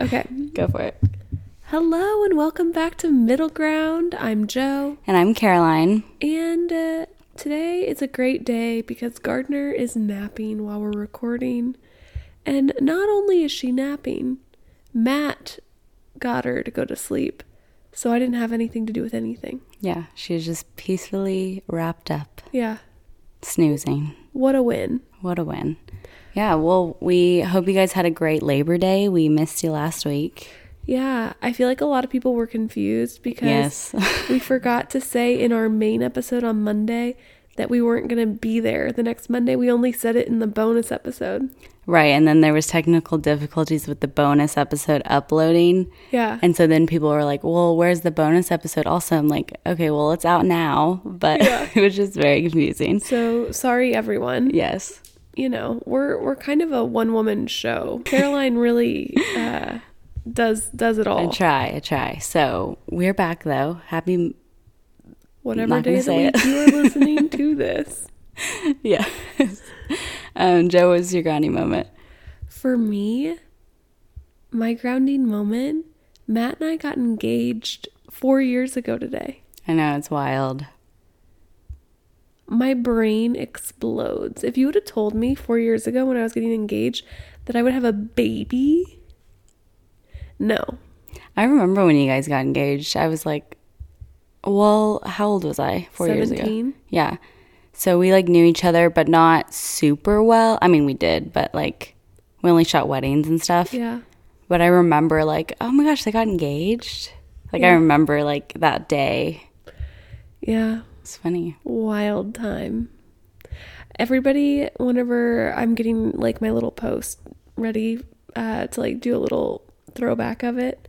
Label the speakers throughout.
Speaker 1: Okay.
Speaker 2: Go for it.
Speaker 1: Hello and welcome back to Middle Ground. I'm Joe,
Speaker 2: And I'm Caroline.
Speaker 1: and uh, today is a great day because Gardner is napping while we're recording. And not only is she napping, Matt got her to go to sleep, so I didn't have anything to do with anything.
Speaker 2: Yeah, she's just peacefully wrapped up,
Speaker 1: Yeah,
Speaker 2: snoozing.
Speaker 1: what a win.
Speaker 2: What a win. Yeah, well, we hope you guys had a great Labor Day. We missed you last week.
Speaker 1: Yeah, I feel like a lot of people were confused because
Speaker 2: Yes.
Speaker 1: we forgot to say in our main episode on Monday that we weren't going to be there the next Monday. We only said it in the bonus episode.
Speaker 2: right, and then there was technical difficulties with the bonus episode uploading.
Speaker 1: Yeah.
Speaker 2: And so then people were like, "Well, where's the bonus episode?" Also, I'm like, "Okay, well, it's out now," but it was just very confusing.
Speaker 1: so sorry everyone.
Speaker 2: Yes.
Speaker 1: You know, we're we're kind of a one-woman show. Caroline really uh does does it
Speaker 2: I
Speaker 1: all.
Speaker 2: try, I try. So, we're back though. Happy
Speaker 1: Whatever
Speaker 2: not
Speaker 1: day
Speaker 2: gonna
Speaker 1: of the
Speaker 2: say
Speaker 1: week
Speaker 2: it.
Speaker 1: you are listening to this.
Speaker 2: Yeah. um, Joe what was your grounding moment.
Speaker 1: For me, my grounding moment, Matt and I got engaged 4 years ago today.
Speaker 2: I know it's wild.
Speaker 1: my brain explodes. If you would have told me four years ago when I was getting engaged that I would have a baby, no.
Speaker 2: I remember when you guys got engaged. I was like, well, how old was I? Four years ago.
Speaker 1: 17?
Speaker 2: Yeah. So we like knew each other, but not super well. I mean, we did, but like we only shot weddings and stuff.
Speaker 1: Yeah.
Speaker 2: But I remember like, oh my gosh, they got engaged. Like I remember like that day.
Speaker 1: Yeah.
Speaker 2: It's funny.
Speaker 1: Wild time. Everybody, whenever I'm getting like my little post ready uh, to like do a little throwback of it,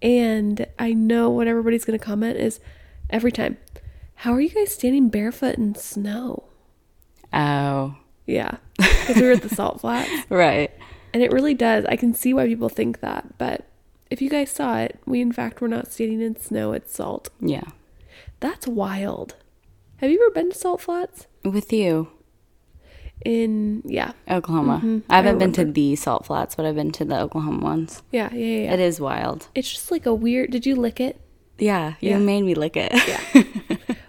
Speaker 1: and I know what everybody's going to comment is every time, how are you guys standing barefoot in snow?
Speaker 2: Oh,
Speaker 1: Yeah. Because we were at the salt flats.
Speaker 2: right.
Speaker 1: And it really does. I can see why people think that, but if you guys saw it, we in fact were not standing in snow, it's salt.
Speaker 2: Yeah.
Speaker 1: That's wild. Have you ever been to salt flats?
Speaker 2: With you,
Speaker 1: In yeah.
Speaker 2: Oklahoma. I haven't
Speaker 1: Mm-hmm. I
Speaker 2: been to the salt flats, but I've been to the Oklahoma ones.
Speaker 1: Yeah, yeah, yeah. yeah.
Speaker 2: It is wild.
Speaker 1: It's just like a weird did you lick it?
Speaker 2: Yeah, you
Speaker 1: Yeah.
Speaker 2: made me lick it.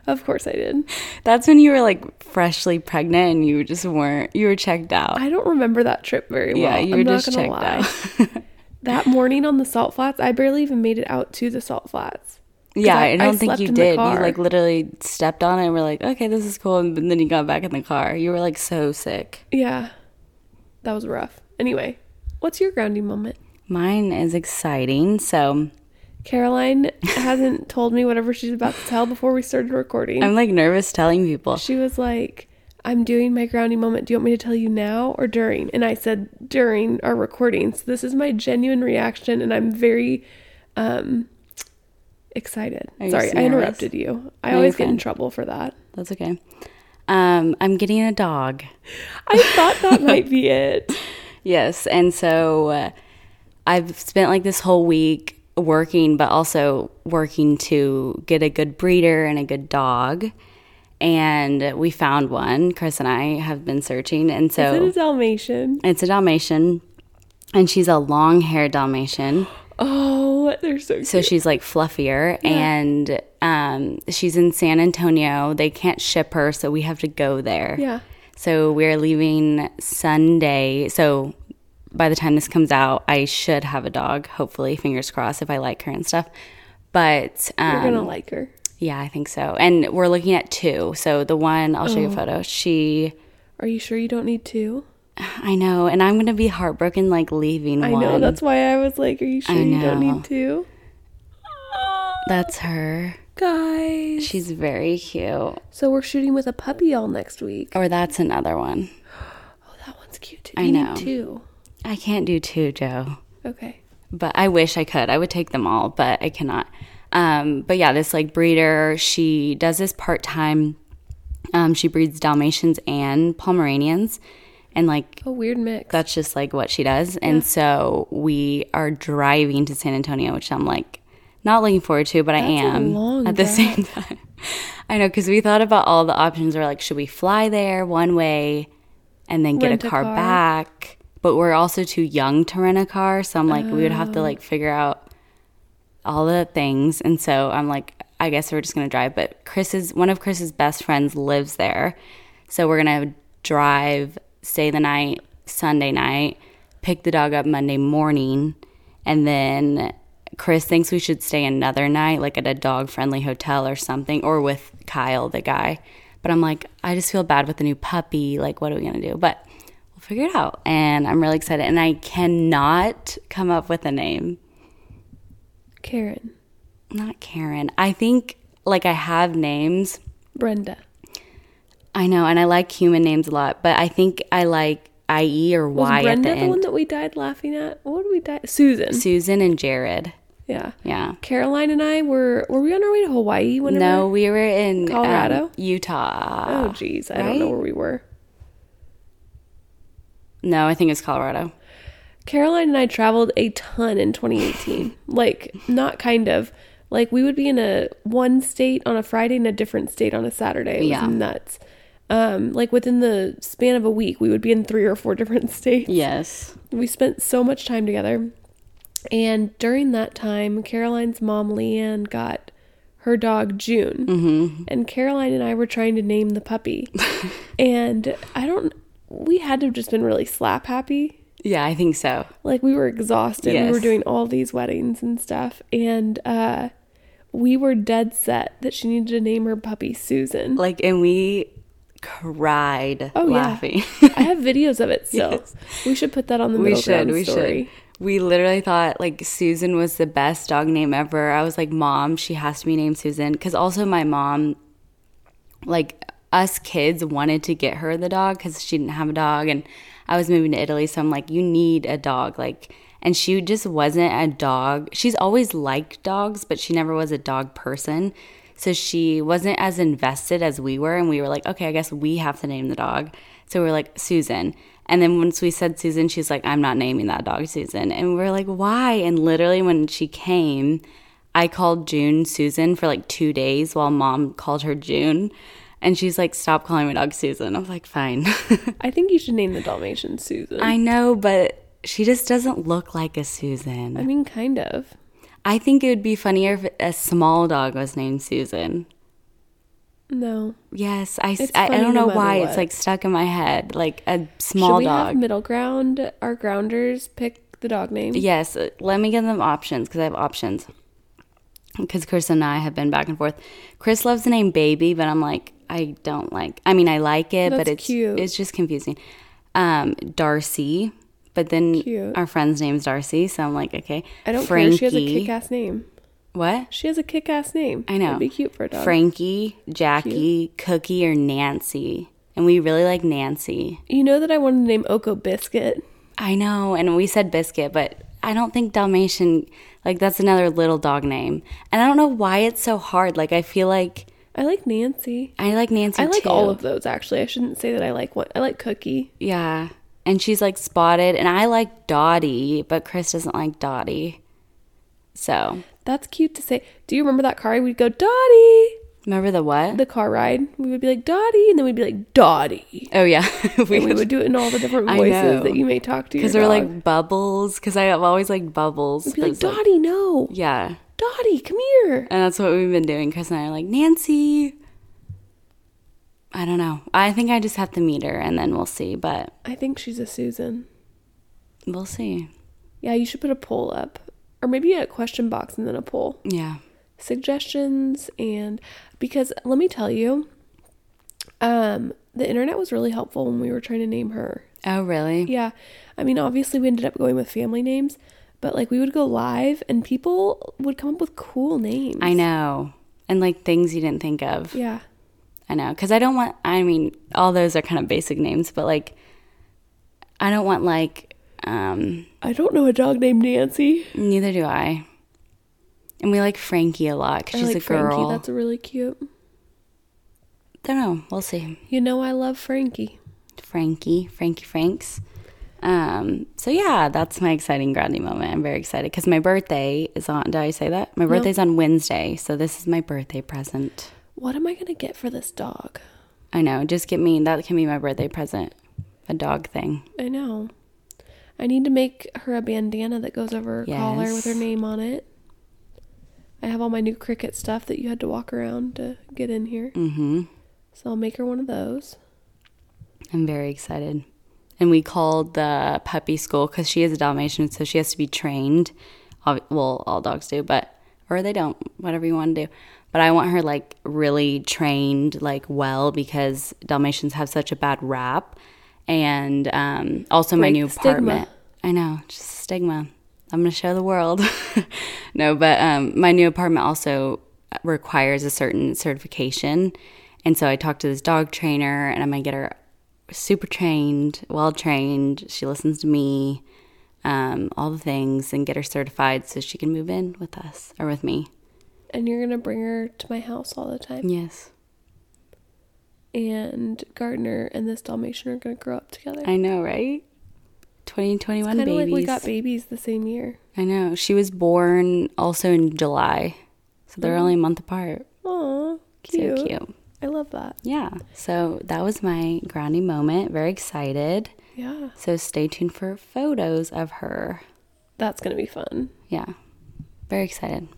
Speaker 1: Of course I did.
Speaker 2: That's when you were like freshly pregnant and you just weren't, you were checked out.
Speaker 1: I don't remember that trip very well.
Speaker 2: yeah, you
Speaker 1: I'm
Speaker 2: were
Speaker 1: not
Speaker 2: just
Speaker 1: gonna
Speaker 2: checked
Speaker 1: lie.
Speaker 2: out.
Speaker 1: That morning on the salt flats, I barely even made it out to the salt flats.
Speaker 2: yeah,
Speaker 1: I-
Speaker 2: I, don't
Speaker 1: I
Speaker 2: think
Speaker 1: slept
Speaker 2: you
Speaker 1: in the
Speaker 2: did. You
Speaker 1: car.
Speaker 2: like literally stepped on it and were like, okay, this is cool. And then you got back in the car. You were like so sick.
Speaker 1: Yeah. That was rough. Anyway, what's your grounding moment?
Speaker 2: Mine is exciting. So
Speaker 1: Caroline hasn't told me whatever she's about to tell before we started recording.
Speaker 2: I'm like nervous telling people.
Speaker 1: she was like, I'm doing my grounding moment. Do you want me to tell you now or during? And I said, during our recording. So this is my genuine reaction, and I'm very um, excited.
Speaker 2: Are you
Speaker 1: Sorry, I
Speaker 2: nervous?
Speaker 1: interrupted you. I
Speaker 2: No,
Speaker 1: always
Speaker 2: you're
Speaker 1: get in
Speaker 2: fine.
Speaker 1: trouble for that.
Speaker 2: That's okay. Um, I'm getting a dog.
Speaker 1: I thought that might be it.
Speaker 2: Yes. And so uh, I've spent like this whole week working, but also working to get a good breeder and a good dog. And we found one. Chris and I have been searching.
Speaker 1: Is
Speaker 2: And
Speaker 1: it
Speaker 2: so
Speaker 1: a Dalmatian?
Speaker 2: it's a Dalmatian, and she's a long haired Dalmatian.
Speaker 1: Oh, they're so cute.
Speaker 2: So she's like fluffier, and um, she's in San Antonio. They can't ship her, so we have to go there.
Speaker 1: Yeah.
Speaker 2: So we're leaving Sunday. So by the time this comes out, I should have a dog, hopefully, fingers crossed, if I like her and stuff. But
Speaker 1: You're
Speaker 2: um,
Speaker 1: going to like her.
Speaker 2: yeah, I think so. And we're looking at two. So the one, I'll show
Speaker 1: Oh.
Speaker 2: you a photo. She,
Speaker 1: Are you sure you don't need two?
Speaker 2: I know, and I'm going to be heartbroken like leaving
Speaker 1: I
Speaker 2: one.
Speaker 1: know. That's why I was like, are you sure
Speaker 2: I
Speaker 1: you don't
Speaker 2: know.
Speaker 1: need two?
Speaker 2: That's her.
Speaker 1: Guys.
Speaker 2: She's very cute.
Speaker 1: So we're shooting with a puppy all next week.
Speaker 2: Or that's another one.
Speaker 1: Oh, that one's cute too.
Speaker 2: I
Speaker 1: you
Speaker 2: know.
Speaker 1: Need two.
Speaker 2: I can't do two, Joe.
Speaker 1: Okay.
Speaker 2: but I wish I could. I would take them all, but I cannot. Um, but yeah, this like breeder, she does this part time. Um, she breeds Dalmatians and Pomeranians, and like
Speaker 1: A weird mix.
Speaker 2: that's just like what she does. And so we are driving to San Antonio, which I'm like not looking forward to, but I
Speaker 1: That's a
Speaker 2: am
Speaker 1: long
Speaker 2: at the
Speaker 1: drive.
Speaker 2: same time. I know because we thought about all the options. We're like, should we fly there one way and then get
Speaker 1: Rent a
Speaker 2: a car
Speaker 1: car.
Speaker 2: back? but we're also too young to rent a car. So I'm like, we would
Speaker 1: Uh.
Speaker 2: have to like figure out all the things. And so I'm like, I guess we're just gonna drive. But Chris's one of Chris's best friends lives there, so we're gonna drive, stay the night Sunday night, pick the dog up Monday morning, and then Chris thinks we should stay another night, like at a dog friendly hotel or something, or with Kyle, the guy. But I'm like, I just feel bad with the new puppy. Like, what are we gonna do? But we'll figure it out. And I'm really excited. And I cannot come up with a name.
Speaker 1: Karen,
Speaker 2: Not Karen. I think like I have names.
Speaker 1: Brenda.
Speaker 2: I know, and I like human names a lot, but I think I like IE or
Speaker 1: Was
Speaker 2: Y at
Speaker 1: Brenda
Speaker 2: the
Speaker 1: the,
Speaker 2: end.
Speaker 1: one that we died laughing at? What did we die? Susan.
Speaker 2: Susan and Jared.
Speaker 1: yeah.
Speaker 2: Yeah.
Speaker 1: Caroline and I were were we on our way to Hawaii whenever?
Speaker 2: No, we were in um,
Speaker 1: Colorado?
Speaker 2: Utah.
Speaker 1: Oh geez, I don't know
Speaker 2: right?
Speaker 1: where we were.
Speaker 2: No, I think it was Colorado.
Speaker 1: Caroline and I traveled a ton in 2018. like, not kind of. Like, we would be in a one state on a Friday and a different state on a Saturday. It was
Speaker 2: Yeah.
Speaker 1: nuts. Um, like within the span of a week, we would be in three or four different states.
Speaker 2: Yes.
Speaker 1: We spent so much time together. And during that time, Caroline's mom, Leanne, got her dog, June. Mm-hmm. And Caroline and I were trying to name the puppy. and I don't, we had to have just been really slap happy
Speaker 2: Yeah, I think so.
Speaker 1: like we were exhausted we were
Speaker 2: Yes.
Speaker 1: doing all these weddings and stuff and uh we were dead set that she needed to name her puppy susan
Speaker 2: Like, and we cried
Speaker 1: oh
Speaker 2: laughing.
Speaker 1: yeah i have videos of it still we should put that on the middle
Speaker 2: we should.
Speaker 1: ground
Speaker 2: We
Speaker 1: story
Speaker 2: should. We literally thought like Susan was the best dog name ever. I was like, Mom, she has to be named Susan. Because also, my mom, like us kids, wanted to get her the dog because she didn't have a dog. And I was moving to Italy. So I'm like, You need a dog. Like, and she just wasn't a dog. She's always liked dogs, but she never was a dog person. So she wasn't as invested as we were. And we were like, okay, I guess we have to name the dog. So we are like, Susan. And then once we said Susan, she's like, I'm not naming that dog Susan. And we are like, why? And literally, when she came, I called June Susan for like two days while mom called her June. And she's like, stop calling my dog Susan. I was like, fine.
Speaker 1: i think you should name the dalmatian susan i,
Speaker 2: I know, but she just doesn't look like a Susan.
Speaker 1: mean kind of
Speaker 2: I think it would be funnier if a small dog was named Susan.
Speaker 1: no
Speaker 2: Yes, I,
Speaker 1: It's
Speaker 2: I, I
Speaker 1: funny
Speaker 2: don't
Speaker 1: no
Speaker 2: know
Speaker 1: matter
Speaker 2: why
Speaker 1: what.
Speaker 2: it's like stuck in my head, like a small
Speaker 1: should we
Speaker 2: dog.
Speaker 1: have middle ground our grounders pick the dog name
Speaker 2: Yes, uh, let me give them options because I have options. Because Chris and I have been back and forth. Chris loves the name Baby, but I'm like, I don't like. I mean, I like it, but
Speaker 1: That's
Speaker 2: it's
Speaker 1: cute.
Speaker 2: it's just confusing. Um, Darcy, but then
Speaker 1: Cute.
Speaker 2: our friend's name's Darcy, so I'm like, okay.
Speaker 1: i don't care she has a kick-ass name
Speaker 2: What?
Speaker 1: she has a kick-ass name
Speaker 2: I know.
Speaker 1: it'd be cute for a dog
Speaker 2: Frankie, Jackie, Cookie, or Nancy, and we really like Nancy.
Speaker 1: you know that i wanted to name oko biscuit
Speaker 2: I know, and we said biscuit, but I don't think Dalmatian like that's another little dog name. And I don't know why it's so hard. Like I feel like
Speaker 1: i like nancy
Speaker 2: I like Nancy.
Speaker 1: I like
Speaker 2: too.
Speaker 1: all of those actually. I shouldn't say that I like one. I like Cookie.
Speaker 2: Yeah. And she's like spotted and I like Dottie, but Chris doesn't like Dottie. So
Speaker 1: That's cute to say. Do you remember that car? We'd go Dottie.
Speaker 2: remember the what?
Speaker 1: The car ride. We would be like Dottie, and then we'd be like Dottie.
Speaker 2: oh yeah. we
Speaker 1: We would do it in all the different
Speaker 2: I
Speaker 1: voices
Speaker 2: know.
Speaker 1: that you may talk to. Because
Speaker 2: because they're like bubbles because I have always liked bubbles.
Speaker 1: be
Speaker 2: but
Speaker 1: like
Speaker 2: it's like-
Speaker 1: Dottie. No,
Speaker 2: yeah.
Speaker 1: Dottie, come here.
Speaker 2: And that's what we've been doing. Chris and I are like, Nancy. I don't know. I think I just have to meet her and then we'll see, but
Speaker 1: I think she's a Susan.
Speaker 2: we'll see.
Speaker 1: Yeah, you should put a poll up, or maybe a question box and then a poll.
Speaker 2: Yeah.
Speaker 1: suggestions and because let me tell you um the internet was really helpful when we were trying to name her
Speaker 2: Oh, really?
Speaker 1: yeah i mean obviously we ended up going with family names but like we would go live and people would come up with cool names
Speaker 2: I know. And like things you didn't think of.
Speaker 1: yeah
Speaker 2: I know. Cause I don't want, I mean, all those are kind of basic names, but like, I don't want like, um,
Speaker 1: i don't know a dog named nancy
Speaker 2: neither do I. And we like Frankie a lot
Speaker 1: I
Speaker 2: because she's
Speaker 1: like
Speaker 2: a girl.
Speaker 1: frankie that's really cute
Speaker 2: don't know. We'll see.
Speaker 1: you know i love frankie
Speaker 2: Frankie, Frankie Franks. Um, so yeah, that's my exciting grounding moment. I'm very excited because my birthday is on. Did I say that? My birthday's on Wednesday, so this is my birthday present.
Speaker 1: what am i gonna get for this dog
Speaker 2: I know. Just get me that can be my birthday present, a dog thing.
Speaker 1: i know I need to make her a bandana that goes over her collar with her
Speaker 2: Yes.
Speaker 1: name on it. I have all my new cricket stuff that you had to walk around to get in here.
Speaker 2: Mm-hmm.
Speaker 1: So I'll make her one of those.
Speaker 2: I'm very excited. And we called the puppy school because she is a Dalmatian, so she has to be trained. Ob- Well, all dogs do, but or they don't, whatever you want to do. But I want her like really trained, like well, because Dalmatians have such a bad rap. And um, also my
Speaker 1: Break
Speaker 2: new
Speaker 1: the stigma.
Speaker 2: apartment. I know, just stigma. I'm gonna show the world. no, but um, my new apartment also requires a certain certification, and so I talked to this dog trainer, and I'm gonna get her super trained, well trained. She listens to me, um, all the things, and get her certified so she can move in with us or with me.
Speaker 1: And you're going to bring her to my house all the time.
Speaker 2: Yes,
Speaker 1: And Gardner and this Dalmatian are going to grow up together.
Speaker 2: I know, right? Twenty twenty one
Speaker 1: Kind of
Speaker 2: babies.
Speaker 1: like we got babies the same year.
Speaker 2: I know. She was born also in July, so they're only a month apart.
Speaker 1: Aw, Oh. cute.
Speaker 2: So cute.
Speaker 1: I love that.
Speaker 2: Yeah. So that was my grounding moment. Very excited.
Speaker 1: Yeah.
Speaker 2: So stay tuned for photos of her.
Speaker 1: That's going to be fun.
Speaker 2: Yeah. Very excited.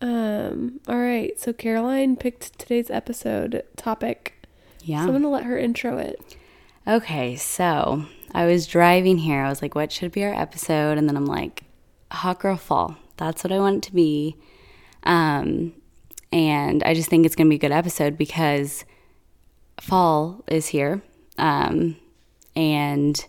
Speaker 1: Um, all right. So Caroline picked today's episode topic.
Speaker 2: Yeah.
Speaker 1: So I'm going to let her intro it.
Speaker 2: Okay, so I was driving here. I was like, what should be our episode? And then I'm like, Hot Girl Fall. That's what I want it to be. Um, and I just think it's going to be a good episode because fall is here. Um, and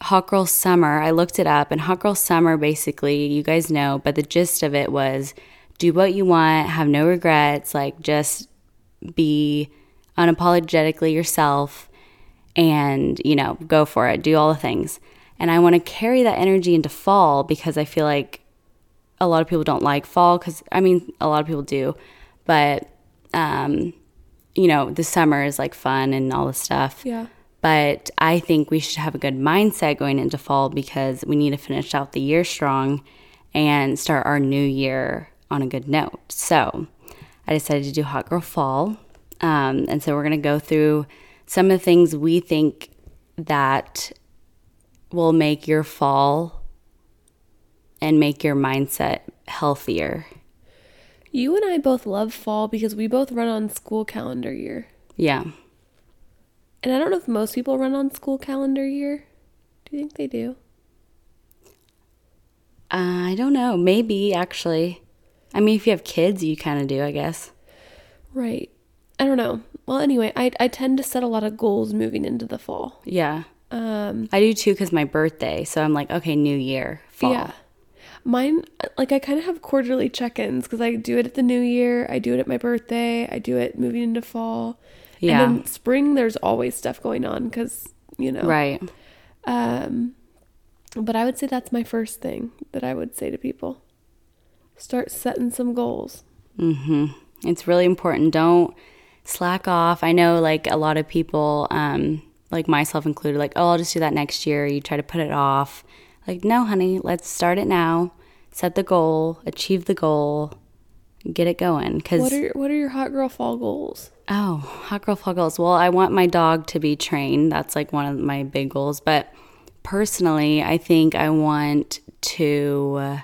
Speaker 2: Hot Girl Summer, I looked it up, and Hot Girl Summer basically, you guys know, but the gist of it was do what you want, have no regrets, like just be unapologetically yourself and, you know, go for it, do all the things. And I want to carry that energy into fall because I feel like a lot of people don't like fall because, I mean, a lot of people do, but, um, you know, the summer is like fun and all this stuff
Speaker 1: Yeah.
Speaker 2: but I think we should have a good mindset going into fall because we need to finish out the year strong and start our new year on a good note. So I decided to do Hot Girl Fall. Um, and so we're going to go through some of the things we think that will make your fall and make your mindset healthier.
Speaker 1: You and I both love fall because we both run on school calendar year.
Speaker 2: Yeah.
Speaker 1: And I don't know if most people run on school calendar year. Do you think they do?
Speaker 2: Uh, I don't know. Maybe actually. I mean, if you have kids, you kind of do, I guess.
Speaker 1: Right. I don't know. Well, anyway, I I tend to set a lot of goals moving into the fall.
Speaker 2: Yeah.
Speaker 1: Um
Speaker 2: I do too because my birthday. So I'm like, okay, new year, fall.
Speaker 1: yeah. Mine like I kind of have quarterly check-ins cuz I do it at the new year, I do it at my birthday, I do it moving into fall.
Speaker 2: Yeah.
Speaker 1: And then spring there's always stuff going on cuz you know.
Speaker 2: Right.
Speaker 1: Um but I would say that's my first thing that I would say to people. Start setting some goals.
Speaker 2: hmm It's really important. Don't slack off. I know, like, a lot of people, um, like myself included, like, oh, I'll just do that next year. You try to put it off. Like, no, honey, let's start it now. Set the goal, achieve the goal, get it going. Because
Speaker 1: What are what are your hot girl fall goals?
Speaker 2: Oh, hot girl fall goals. Well, I want my dog to be trained. That's like one of my big goals. But personally, I think I want to, uh,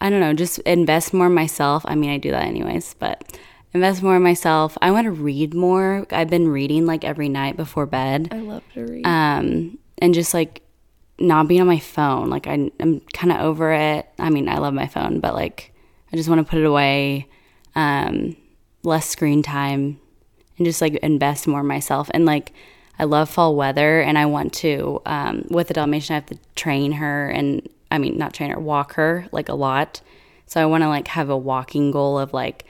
Speaker 2: I don't know, just invest more in myself. I mean, I do that anyways, but invest more in myself. I want to read more. I've been reading like every night before bed
Speaker 1: I love to read.
Speaker 2: um, and just like not being on my phone. Like I, I'm kind of over it. I mean, I love my phone, but like I just want to put it away. Um, less screen time, and just like invest more in myself. And like I love fall weather, and I want to um, with the Dalmatian. I have to train her, and I mean not train her, walk her like a lot. So I want to like have a walking goal of like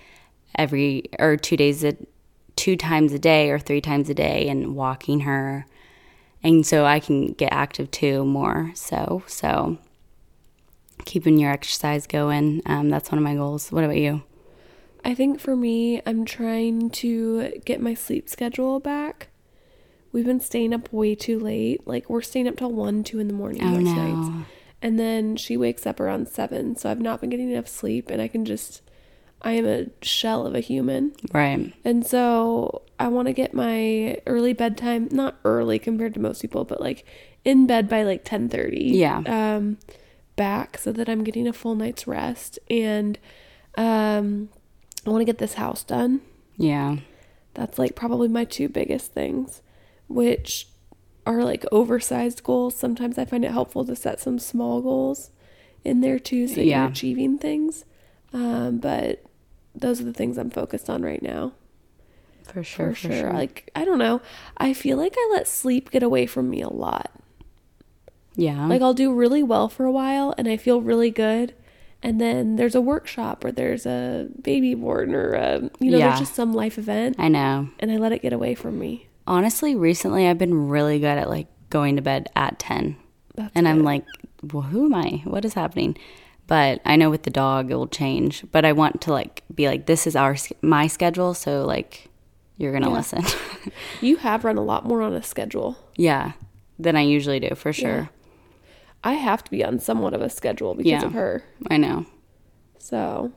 Speaker 2: every or two days a two times a day or three times a day and walking her and so I can get active too more. So so keeping your exercise going. Um, that's one of my goals. What about you?
Speaker 1: I think for me, I'm trying to get my sleep schedule back. We've been staying up way too late. Like we're staying up till one, two in the morning
Speaker 2: Oh,
Speaker 1: most
Speaker 2: no.
Speaker 1: nights. And then she wakes up around seven, so I've not been getting enough sleep and I can just I am a shell of a human.
Speaker 2: Right.
Speaker 1: And so I want to get my early bedtime, not early compared to most people, but like in bed by like 10:30.
Speaker 2: Yeah.
Speaker 1: Um back so that I'm getting a full night's rest and um I want to get this house done.
Speaker 2: Yeah.
Speaker 1: That's like probably my two biggest things, which are like oversized goals. Sometimes I find it helpful to set some small goals in there too, so that
Speaker 2: Yeah.
Speaker 1: you're achieving things. Um, but those are the things I'm focused on right now.
Speaker 2: For sure.
Speaker 1: For, sure. Like, I don't know. I feel like I let sleep get away from me a lot.
Speaker 2: yeah.
Speaker 1: Like, I'll do really well for a while and I feel really good. And then there's a workshop or there's a baby born or, a, you know,
Speaker 2: Yeah.
Speaker 1: there's just some life event
Speaker 2: I know.
Speaker 1: and I let it get away from me.
Speaker 2: Honestly, recently I've been really good at like going to bed at 10.
Speaker 1: That's
Speaker 2: and I'm
Speaker 1: good.
Speaker 2: like, well, who am I? What is happening? But I know with the dog it will change. But I want to like be like, this is our my schedule, so like you're gonna
Speaker 1: Yeah.
Speaker 2: listen.
Speaker 1: You have run a lot more on a schedule.
Speaker 2: yeah, than I usually do for sure.
Speaker 1: I have to be on somewhat of a schedule because
Speaker 2: Yeah.
Speaker 1: of her.
Speaker 2: I know.
Speaker 1: So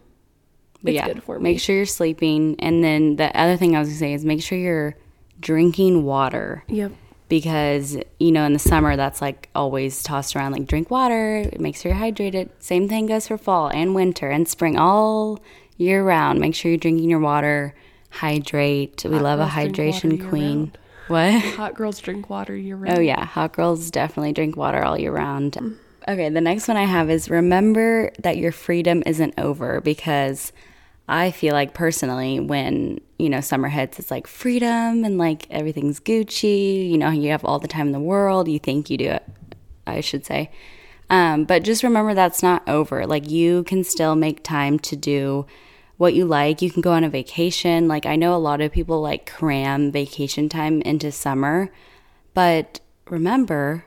Speaker 2: But
Speaker 1: it's
Speaker 2: yeah,
Speaker 1: good for me.
Speaker 2: make sure you're sleeping. And then the other thing I was gonna say is make sure you're drinking water.
Speaker 1: Yep.
Speaker 2: because you know in the summer that's like always tossed around like drink water it makes sure you're hydrated same thing goes for fall and winter and spring all year round make sure you're drinking your water hydrate we love a
Speaker 1: girls drink water
Speaker 2: hydration
Speaker 1: year
Speaker 2: queen what
Speaker 1: Hot girls drink water year round.
Speaker 2: oh yeah hot girls definitely drink water all year round okay the next one i have is remember that your freedom isn't over because i feel like personally when you know summer hits it's like freedom and like everything's gucci you know you have all the time in the world you think you do it i should say um, but just remember that's not over like you can still make time to do what you like you can go on a vacation like i know a lot of people like cram vacation time into summer but remember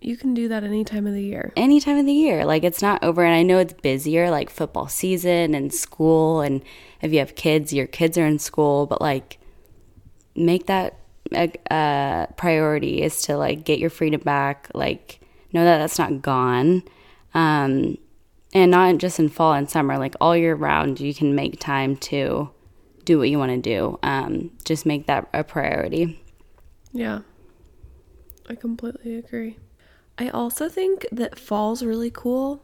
Speaker 1: You can do that any time of the year.
Speaker 2: any time of the year. Like it's not over. And I know it's busier, like football season and school. And if you have kids, your kids are in school. But like, make that a uh, priority is to like get your freedom back. Like, know that that's not gone. Um, and not just in fall and summer, like all year round, you can make time to do what you want to do. Um, just make that a priority.
Speaker 1: Yeah. I completely agree. I also think that fall's really cool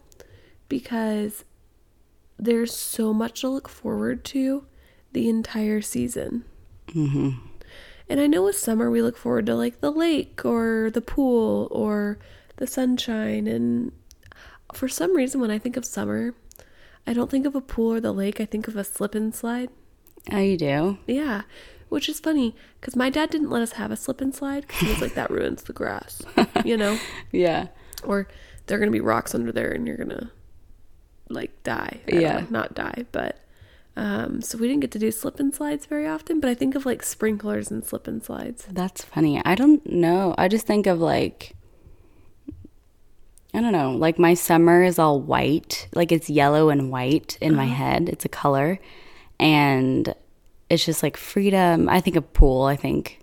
Speaker 1: because there's so much to look forward to the entire season. And I know with summer we look forward to like the lake or the pool or the sunshine. And for some reason, when I think of summer, I don't think of a pool or the lake. I think of a slip and slide.
Speaker 2: Oh, you do?
Speaker 1: Yeah, which is funny because my dad didn't let us have a slip and slide because he was like, that ruins the grass, you know?
Speaker 2: Yeah.
Speaker 1: Or there are going to be rocks under there and you're going to like die. I don't
Speaker 2: Yeah.
Speaker 1: know, not die, but. Um, so we didn't get to do slip and slides very often, but I think of like sprinklers and slip and slides.
Speaker 2: That's funny. I don't know. I just think of like I don't know. Like my summer is all white. Like it's yellow and white in my head. It's a color. And it's just like freedom. I think of pool, I think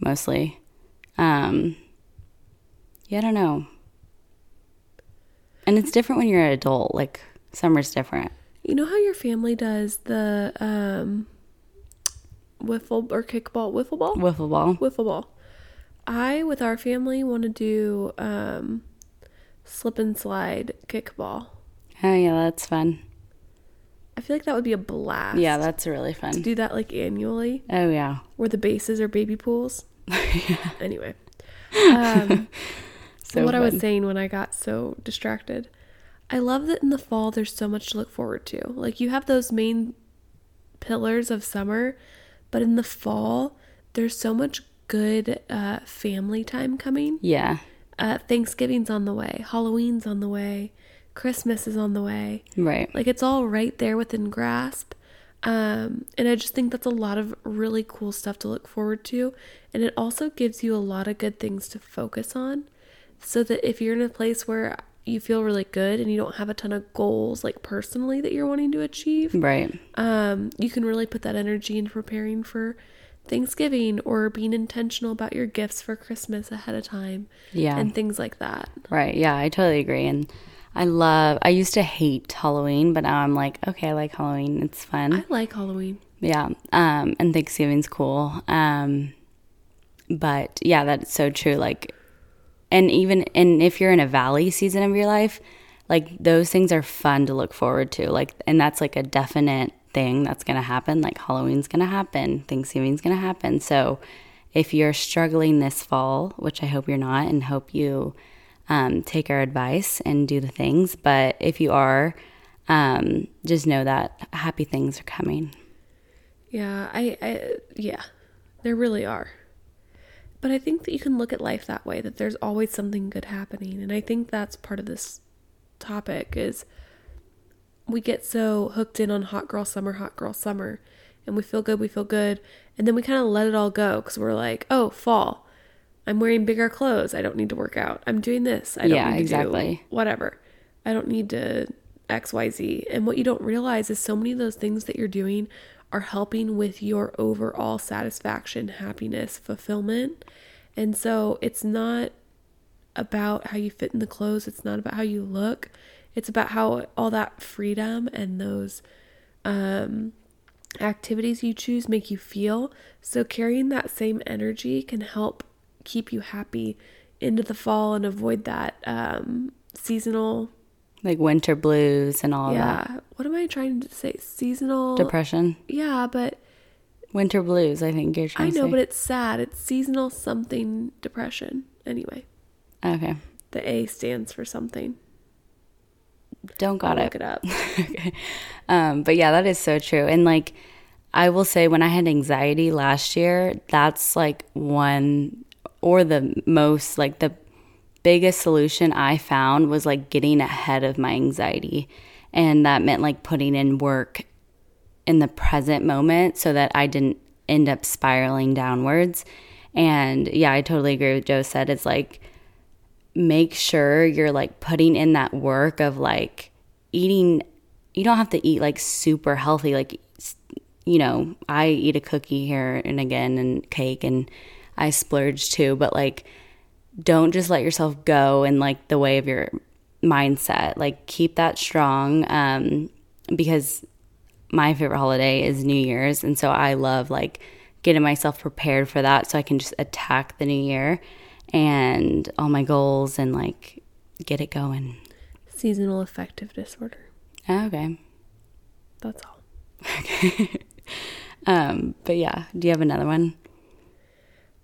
Speaker 2: mostly. Um Yeah, I don't know. And it's different when you're an adult. Like summer's different.
Speaker 1: You know how your family does the um, wiffle or kickball, wiffle ball?
Speaker 2: Wiffle ball.
Speaker 1: wiffle ball. I, with our family, want to do um, slip and slide kickball.
Speaker 2: Oh yeah, that's fun.
Speaker 1: I feel like that would be a blast.
Speaker 2: Yeah, that's really
Speaker 1: to
Speaker 2: fun.
Speaker 1: do that like annually,
Speaker 2: Oh yeah.
Speaker 1: where the bases are baby pools. Anyway, um,
Speaker 2: So
Speaker 1: what I
Speaker 2: fun.
Speaker 1: was saying when I got so distracted, I love that in the fall there's so much to look forward to. Like you have those main pillars of summer, but in the fall there's so much good uh, family time coming.
Speaker 2: Yeah.
Speaker 1: uh, Thanksgiving's on the way, Halloween's on the way, Christmas is on the way.
Speaker 2: Right.
Speaker 1: Like it's all right there within grasp. Um, and I just think that's a lot of really cool stuff to look forward to. And it also gives you a lot of good things to focus on. So that if you're in a place where you feel really good and you don't have a ton of goals, like personally, that you're wanting to achieve,
Speaker 2: Right.
Speaker 1: um, you can really put that energy into preparing for Thanksgiving or being intentional about your gifts for Christmas ahead of time
Speaker 2: Yeah.
Speaker 1: and things like that.
Speaker 2: right. Yeah, I totally agree. And I love I used to hate Halloween, but now I'm like, okay, I like Halloween. It's fun.
Speaker 1: I like Halloween.
Speaker 2: Yeah. Um, and Thanksgiving's cool. Um, but yeah, that's so true. Like, and even, and if you're in a valley season of your life, like those things are fun to look forward to. Like, and that's like a definite thing that's going to happen. Like Halloween's going to happen, Thanksgiving's going to happen. So if you're struggling this fall, which I hope you're not, and hope you um, take our advice and do the things, but if you are, um, just know that happy things are coming.
Speaker 1: Yeah, I, I yeah, there really are. But I think that you can look at life that way that there's always something good happening and I think that's part of this topic is we get so hooked in on hot girl summer, hot girl summer and we feel good, we feel good and then we kind of let it all go cuz we're like, "Oh, fall. I'm wearing bigger clothes. I don't need to work out. I'm doing this. I don't
Speaker 2: Yeah,
Speaker 1: need to
Speaker 2: exactly.
Speaker 1: do whatever. I don't need to XYZ." And what you don't realize is so many of those things that you're doing are helping with your overall satisfaction, happiness, fulfillment. And so it's not about how you fit in the clothes, it's not about how you look. It's about how all that freedom and those um, activities you choose make you feel. So, carrying that same energy can help keep you happy into the fall and avoid that um, seasonal.
Speaker 2: Like winter blues and all that.
Speaker 1: Yeah. What am I trying to say? Seasonal.
Speaker 2: Depression.
Speaker 1: yeah, but
Speaker 2: Winter blues, I think you're
Speaker 1: I
Speaker 2: trying to
Speaker 1: know,
Speaker 2: say.
Speaker 1: but it's sad. It's seasonal something depression. Anyway,
Speaker 2: okay.
Speaker 1: the A stands for something.
Speaker 2: Don't got
Speaker 1: I'll
Speaker 2: it.
Speaker 1: Look it up.
Speaker 2: Um, but yeah, that is so true. And like, I will say, when I had anxiety last year, that's like one or the most, like, the biggest solution I found was like getting ahead of my anxiety. And that meant like putting in work in the present moment so that I didn't end up spiraling downwards. And yeah, I totally agree with Joe said. It's like, make sure you're like putting in that work of like eating you don't have to eat like super healthy like s- you know i eat a cookie here and again and cake and i splurge too but like don't just let yourself go in like the way of your mindset like keep that strong um because my favorite holiday is New Year's. And so I love like getting myself prepared for that so I can just attack the new year and all my goals and like get it going.
Speaker 1: seasonal affective disorder.
Speaker 2: Oh, Okay.
Speaker 1: That's all.
Speaker 2: Um, but yeah, do you have another one?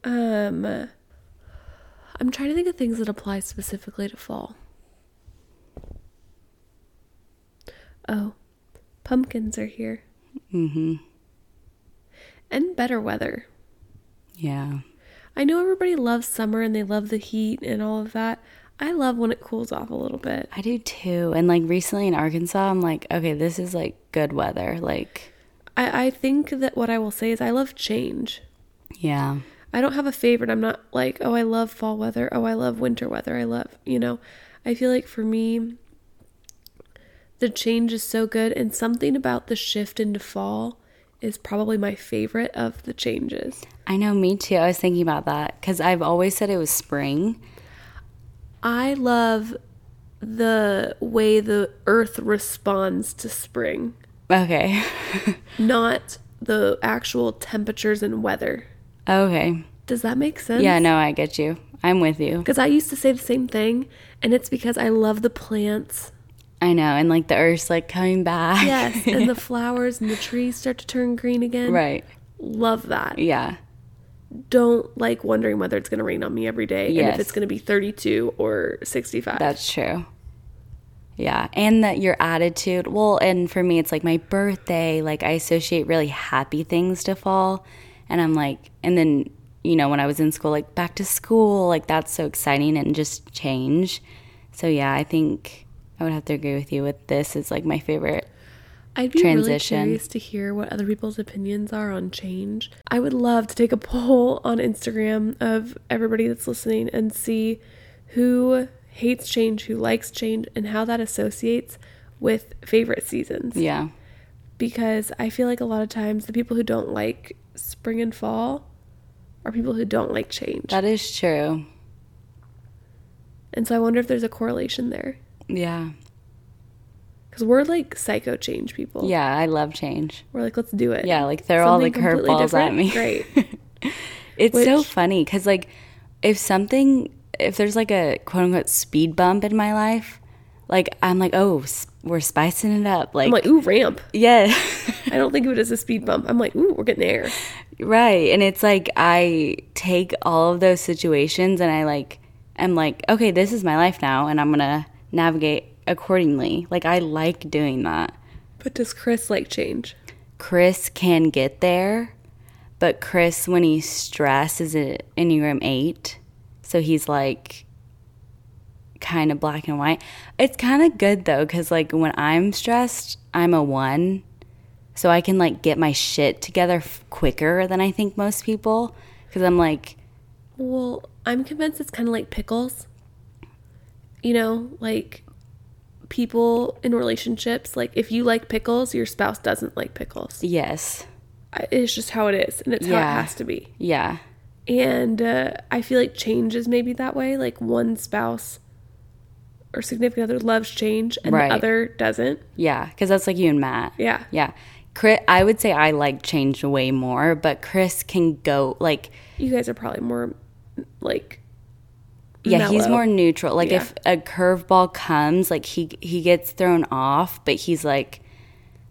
Speaker 1: Um, I'm trying to think of things that apply specifically to fall. Oh, pumpkins are here. Mm-hmm. And better weather.
Speaker 2: Yeah.
Speaker 1: I know everybody loves summer and they love the heat and all of that. I love when it cools off a little bit.
Speaker 2: I do too. And like recently in Arkansas, I'm like, okay, this is like good weather. Like,
Speaker 1: I, I think that what I will say is I love change.
Speaker 2: yeah.
Speaker 1: I don't have a favorite. I'm not like, oh, I love fall weather. Oh, I love winter weather. I love, you know, I feel like for me, the change is so good. And something about the shift into fall is probably my favorite of the changes.
Speaker 2: I know, me too. I was thinking about that because I've always said it was spring.
Speaker 1: I love the way the earth responds to spring,
Speaker 2: Okay.
Speaker 1: not the actual temperatures and weather.
Speaker 2: okay.
Speaker 1: Does that make sense?
Speaker 2: Yeah, no, I get you. I'm with you.
Speaker 1: Because I used to say the same thing, and it's because I love the plants
Speaker 2: I know. And like the earth's like coming back.
Speaker 1: Yes, and the flowers and the trees start to turn green again.
Speaker 2: Right.
Speaker 1: Love that.
Speaker 2: Yeah.
Speaker 1: Don't like wondering whether it's going to rain on me every day and
Speaker 2: Yes.
Speaker 1: if it's going to be 32 or 65.
Speaker 2: That's true. Yeah. And that your attitude, well, and for me, it's like my birthday. Like, I associate really happy things to fall. And I'm like, and then, you know, when I was in school, like back to school, like that's so exciting and just change. So, yeah, I think I would have to agree with you with this is like my favorite.
Speaker 1: I'd be
Speaker 2: transition.
Speaker 1: really curious to hear what other people's opinions are on change. I would love to take a poll on Instagram of everybody that's listening and see who hates change, who likes change, and how that associates with favorite seasons.
Speaker 2: Yeah.
Speaker 1: because I feel like a lot of times the people who don't like spring and fall are people who don't like change.
Speaker 2: That is true.
Speaker 1: And so I wonder if there's a correlation there.
Speaker 2: Yeah.
Speaker 1: Because because we're like psycho change people.
Speaker 2: Yeah, I love change.
Speaker 1: We're like, let's do it.
Speaker 2: Yeah, like throw all the
Speaker 1: Something completely
Speaker 2: curveballs at me.
Speaker 1: different? Great.
Speaker 2: It's so
Speaker 1: Which-
Speaker 2: funny because, like, if something, if there's like a quote unquote speed bump in my life, like, I'm like, oh, s- we're spicing it up. Like,
Speaker 1: I'm like, ooh, ramp.
Speaker 2: yeah,
Speaker 1: I don't think of it as a speed bump. I'm like, ooh, we're getting there.
Speaker 2: right. And it's like, I take all of those situations and I like, am like, okay, this is my life now, and I'm going to navigate accordingly. Like, I like doing that.
Speaker 1: But does Chris like change?
Speaker 2: Chris can get there, but Chris, when he's stressed, is an Enneagram 8. So he's like kind of black and white. It's kind of good though, because like when I'm stressed, I'm a 1. So I can like get my shit together f- quicker than I think most people. Because I'm like,
Speaker 1: Well, I'm convinced it's kind of like pickles. You know, like people in relationships, like if you like pickles, your spouse doesn't like pickles.
Speaker 2: yes,
Speaker 1: I- It's just how it is, and it's how
Speaker 2: Yeah.
Speaker 1: it has to be.
Speaker 2: yeah,
Speaker 1: And uh, I feel like change is maybe that way. Like one spouse or significant other loves change, and
Speaker 2: Right.
Speaker 1: the other doesn't.
Speaker 2: yeah. Because that's like you and Matt.
Speaker 1: Yeah.
Speaker 2: Yeah. Chris, I would say I like change way more, but Chris can go like,
Speaker 1: You guys are probably more like
Speaker 2: yeah he's
Speaker 1: mellow.
Speaker 2: more neutral like
Speaker 1: Yeah.
Speaker 2: if a curveball comes like he he gets thrown off but he's like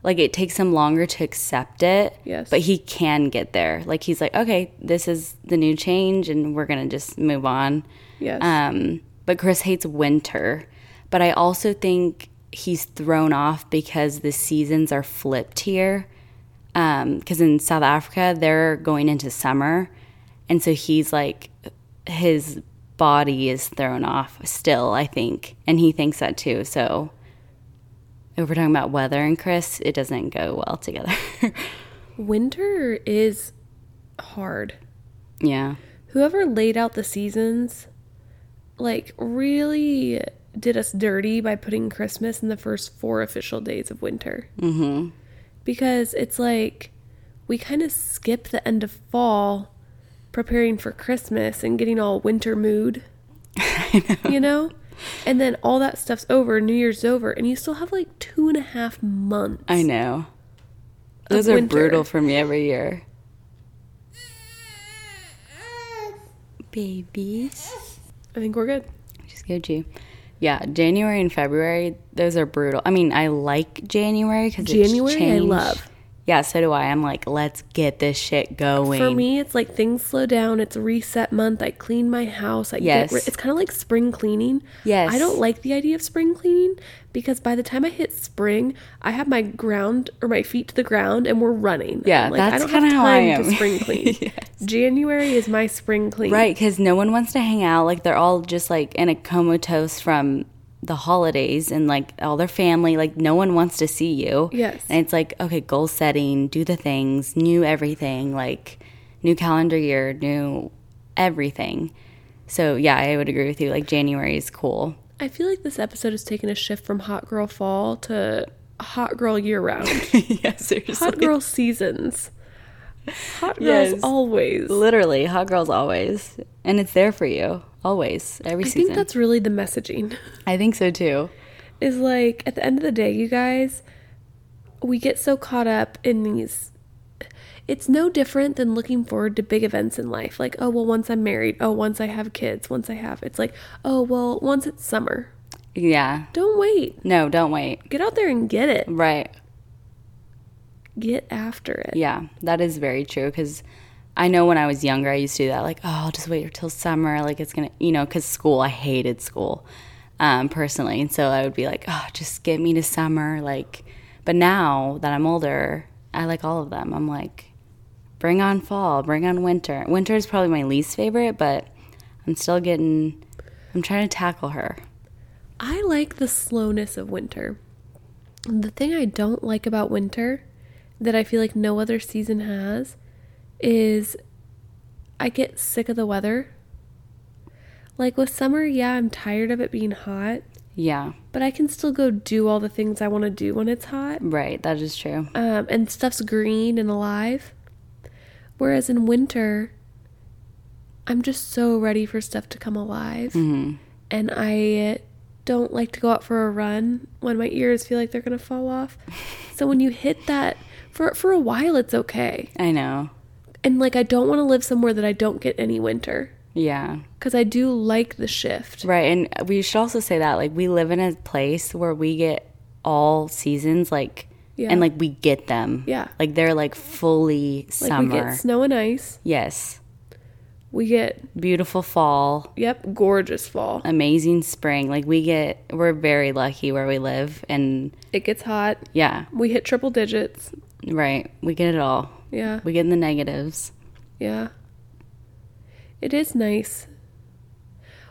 Speaker 2: like it takes him longer to accept it
Speaker 1: Yes.
Speaker 2: but he can get there like he's like okay this is the new change and we're gonna just move on
Speaker 1: yes.
Speaker 2: um but chris hates winter but i also think he's thrown off because the seasons are flipped here um because in south africa they're going into summer and so he's like his body is thrown off still i think and he thinks that too so if we're talking about weather and chris it doesn't go well together
Speaker 1: Winter is hard.
Speaker 2: yeah
Speaker 1: whoever laid out the seasons like really did us dirty by putting christmas in the first four official days of winter mm-hmm. because it's like we kind of skip the end of fall preparing for christmas and getting all winter mood you know and then all that stuff's over new year's over and you still have like two and a half months
Speaker 2: i know those are
Speaker 1: winter.
Speaker 2: brutal for me every year babies
Speaker 1: i think we're good
Speaker 2: She scared you. Yeah, January and February, those are brutal. I mean, I like January because
Speaker 1: January I love.
Speaker 2: Yeah, so do I. I'm like, let's get this shit going.
Speaker 1: For me, it's like things slow down. It's reset month. I clean my house. I
Speaker 2: Yes.
Speaker 1: get rid- it's kind of like spring cleaning.
Speaker 2: Yes.
Speaker 1: I don't like the idea of spring cleaning because by the time I hit spring, I have my ground or my feet to the ground and we're running.
Speaker 2: Yeah,
Speaker 1: I'm
Speaker 2: that's
Speaker 1: I don't have
Speaker 2: kinda how I
Speaker 1: time
Speaker 2: am.
Speaker 1: to spring clean. January is my spring clean.
Speaker 2: Right, because no one wants to hang out. Like they're all just like in a comatose from the holidays and like all their family. Like no one wants to see you.
Speaker 1: Yes.
Speaker 2: and it's like okay, goal setting, do the things, new everything, like new calendar year, new everything. So yeah, I would agree with you. Like January is cool.
Speaker 1: I feel like this episode has taken a shift from hot girl fall to hot girl year round.
Speaker 2: yeah, seriously.
Speaker 1: hot girl seasons. Hot girls
Speaker 2: Yes.
Speaker 1: always.
Speaker 2: Literally, hot girls always, and it's there for you always, every
Speaker 1: I
Speaker 2: season.
Speaker 1: think that's really the messaging.
Speaker 2: I think so too.
Speaker 1: is like at the end of the day, you guys, we get so caught up in these. It's no different than looking forward to big events in life. Like, oh, well, once I'm married. Oh, once I have kids. Once I have. It's like, oh, well, once it's summer.
Speaker 2: Yeah.
Speaker 1: Don't wait.
Speaker 2: No, don't wait.
Speaker 1: Get out there and get it.
Speaker 2: Right.
Speaker 1: Get after it.
Speaker 2: Yeah, that is very true. Because I know when I was younger, I used to do that. Like, oh, I'll just wait till summer. Like, it's gonna, you know, because school, I hated school um, personally, and so I would be like, oh, just get me to summer. Like, but now that I'm older, I like all of them. I'm like, bring on fall, bring on winter. Winter is probably my least favorite, but I'm still getting. I'm trying to tackle her.
Speaker 1: I like the slowness of winter. The thing I don't like about winter that I feel like no other season has is I get sick of the weather. Like with summer, yeah, I'm tired of it being hot,
Speaker 2: Yeah,
Speaker 1: but I can still go do all the things I want to do when it's hot.
Speaker 2: right. That is true.
Speaker 1: Um, and stuff's green and alive. Whereas in winter,
Speaker 2: Mm-hmm.
Speaker 1: I'm just so ready for stuff to come alive. And I don't like to go out for a run when my ears feel like they're going to fall off. So when you hit that for for a while it's okay.
Speaker 2: I know.
Speaker 1: And like I don't want to live somewhere that I don't get any winter
Speaker 2: Yeah.
Speaker 1: cuz I do like the shift.
Speaker 2: Right. And we should also say that like we live in a place where we get all seasons like
Speaker 1: Yeah.
Speaker 2: and like we get them.
Speaker 1: Yeah.
Speaker 2: Like they're like fully
Speaker 1: Like
Speaker 2: summer.
Speaker 1: we get snow and ice.
Speaker 2: yes.
Speaker 1: We get
Speaker 2: Beautiful fall,
Speaker 1: yep, gorgeous fall.
Speaker 2: amazing spring. Like we get we're very lucky where we live and
Speaker 1: It gets hot.
Speaker 2: yeah,
Speaker 1: We hit triple digits.
Speaker 2: right. We get it all.
Speaker 1: Yeah.
Speaker 2: We get in the negatives.
Speaker 1: Yeah. It is nice.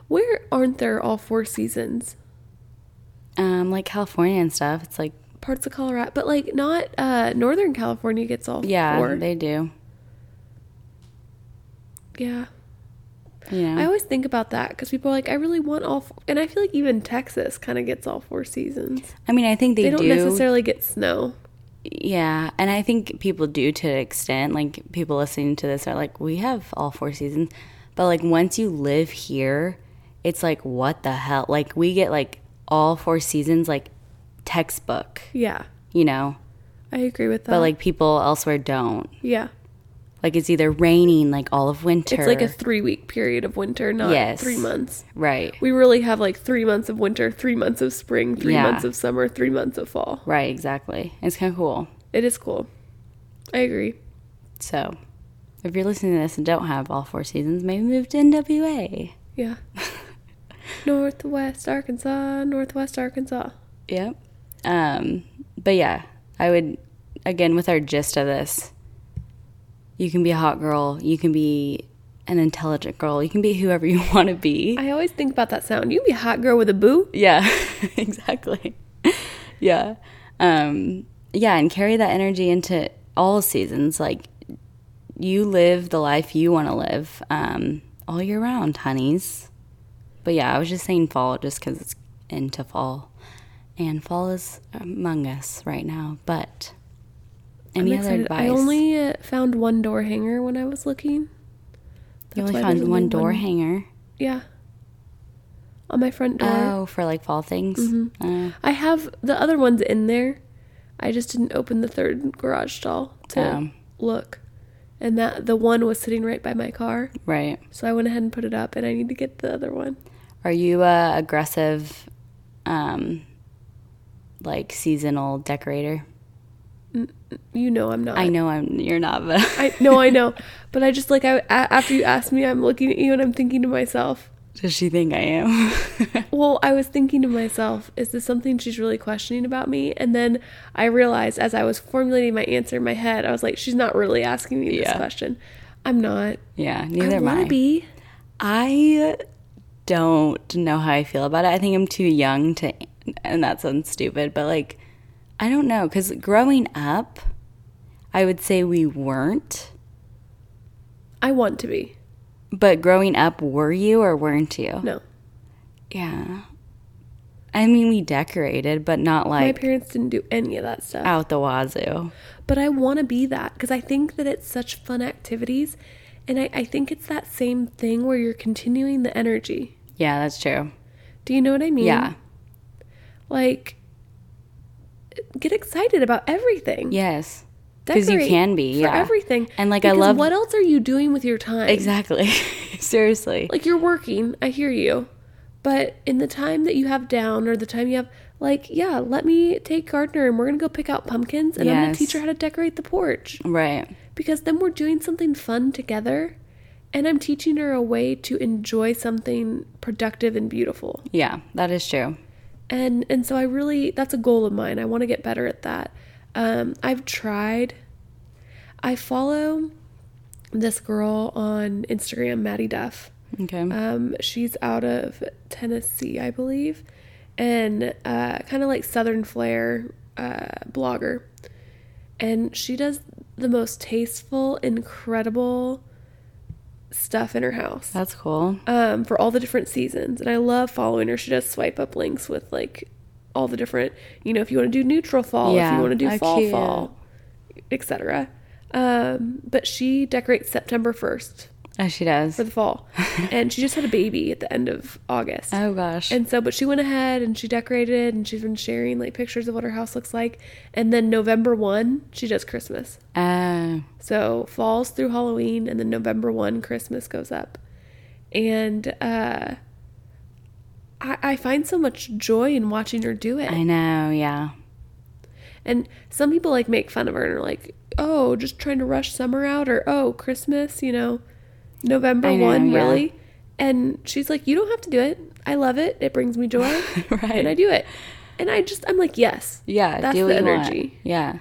Speaker 1: Where aren't there all four seasons?
Speaker 2: Um like California and stuff. It's like
Speaker 1: Parts of Colorado, but like not uh northern California gets all
Speaker 2: yeah,
Speaker 1: four.
Speaker 2: they do.
Speaker 1: yeah.
Speaker 2: You know.
Speaker 1: I always think about that because people are like, I really want all, four. and I feel like even Texas kind of gets all four seasons.
Speaker 2: I mean, I think they,
Speaker 1: They don't
Speaker 2: do
Speaker 1: necessarily get snow.
Speaker 2: Yeah, and I think people do to an extent. Like people listening to this are like, we have all four seasons, but like once you live here, it's like what the hell? Like we get like all four seasons like textbook,
Speaker 1: Yeah,
Speaker 2: you know,
Speaker 1: I agree with that.
Speaker 2: but like people elsewhere don't.
Speaker 1: yeah,
Speaker 2: Like it's either raining like all of winter.
Speaker 1: it's like a three week period of winter, not
Speaker 2: Yes.
Speaker 1: three months.
Speaker 2: right,
Speaker 1: We really have like three months of winter, three months of spring, three
Speaker 2: Yeah.
Speaker 1: months of summer, three months of fall.
Speaker 2: right, exactly. It's kind of cool.
Speaker 1: It is cool. I agree.
Speaker 2: So, if you're listening to this and don't have all four seasons, maybe move to NWA.
Speaker 1: Yeah. Northwest Arkansas, Northwest Arkansas.
Speaker 2: Yep. Um, but yeah, I would again with our gist of this. You can be a hot girl. You can be an intelligent girl. You can be whoever you want to be.
Speaker 1: I always think about that sound. You can be a hot girl with a boo.
Speaker 2: yeah, exactly. yeah. Um, yeah, and carry that energy into all seasons. Like you live the life you want to live um, all year round, honeys. But yeah, I was just saying fall just because it's into fall. And fall is among us right now. But
Speaker 1: I'm
Speaker 2: any other
Speaker 1: excited.
Speaker 2: advice?
Speaker 1: I only uh, found one door hanger when I was looking.
Speaker 2: you only
Speaker 1: why
Speaker 2: found
Speaker 1: there's only
Speaker 2: one door
Speaker 1: one-
Speaker 2: hanger.
Speaker 1: Yeah. On my front door. Mm-hmm.
Speaker 2: Oh, for like fall things? Uh,
Speaker 1: I have the other ones in there. I just didn't open the third garage stall to
Speaker 2: Oh.
Speaker 1: look. And that the one was sitting right by my car.
Speaker 2: right.
Speaker 1: So I went ahead and put it up and I need to get the other one.
Speaker 2: Are you a aggressive, um, like seasonal decorator?
Speaker 1: You know I'm not.
Speaker 2: I know I'm. You're not, but
Speaker 1: I no, I know, but I just like I a- after you asked me, I'm looking at you and I'm thinking to myself.
Speaker 2: does she think I am?
Speaker 1: Well, I was thinking to myself, is this something she's really questioning about me? And then I realized as I was formulating my answer in my head, I was like, she's not really asking me this
Speaker 2: Yeah.
Speaker 1: question. I'm not.
Speaker 2: yeah, neither
Speaker 1: I
Speaker 2: am
Speaker 1: wanna
Speaker 2: I.
Speaker 1: be.
Speaker 2: I don't know how I feel about it. I think I'm too young to, and that sounds stupid, but like, I don't know. Because growing up, I would say we weren't.
Speaker 1: I want to be.
Speaker 2: But growing up, were you or weren't you?
Speaker 1: No,
Speaker 2: Yeah. I mean, we decorated, but not
Speaker 1: my
Speaker 2: like Oh.
Speaker 1: parents didn't do any of that stuff.
Speaker 2: out the wazoo.
Speaker 1: but I want to be that because I think that it's such fun activities, and I, I think it's that same thing where you're continuing the energy.
Speaker 2: Yeah, that's true.
Speaker 1: Do you know what I mean?
Speaker 2: Yeah.
Speaker 1: like get excited about everything.
Speaker 2: Yes. 'Cause you
Speaker 1: Decorate
Speaker 2: can be,
Speaker 1: for
Speaker 2: yeah.
Speaker 1: everything.
Speaker 2: And, like, I
Speaker 1: Because
Speaker 2: love-
Speaker 1: what else are you doing with your time?
Speaker 2: Exactly. Seriously.
Speaker 1: Like you're working. I hear you, but in the time that you have down or the time you have, like, yeah, let me take Gardner and we're gonna go pick out pumpkins and I'm gonna
Speaker 2: Yes.
Speaker 1: teach her how to decorate the porch
Speaker 2: right.
Speaker 1: because then we're doing something fun together. And I'm teaching her a way to enjoy something productive and beautiful.
Speaker 2: Yeah, that is true.
Speaker 1: and and so i really that's a goal of mine i want to get better at that um i've tried i follow this girl on instagram maddie duff
Speaker 2: Okay.
Speaker 1: um she's out of tennessee i believe and uh kind of like southern flair uh blogger and she does the most tasteful incredible stuff in her house
Speaker 2: that's cool.
Speaker 1: um, for all the different seasons. And I love following her. She does swipe up links with like all the different, you know, if you want to do neutral fall, if
Speaker 2: Yeah,
Speaker 1: you want to do
Speaker 2: how
Speaker 1: fall,
Speaker 2: cute.
Speaker 1: fall, etc. Um, but she decorates September 1st.
Speaker 2: Oh, she does.
Speaker 1: for the fall. and she just had a baby at the end of August.
Speaker 2: Oh gosh.
Speaker 1: And so, but she went ahead and she decorated and she's been sharing like pictures of what her house looks like. And then November 1, she does Christmas.
Speaker 2: Oh.
Speaker 1: So falls through Halloween and then November 1, Christmas goes up. And uh, I, I find so much joy in watching her do it.
Speaker 2: I know. Yeah.
Speaker 1: And some people like make fun of her and are like, oh, just trying to rush summer out or oh, Christmas, you know, November
Speaker 2: I know,
Speaker 1: 1,
Speaker 2: yeah.
Speaker 1: really? And she's like, you don't have to do it. I love it. It brings me joy.
Speaker 2: Right.
Speaker 1: And I do it. And I just, I'm like, yes.
Speaker 2: Yeah,
Speaker 1: That's
Speaker 2: do
Speaker 1: the
Speaker 2: what you want.
Speaker 1: energy.
Speaker 2: Yeah,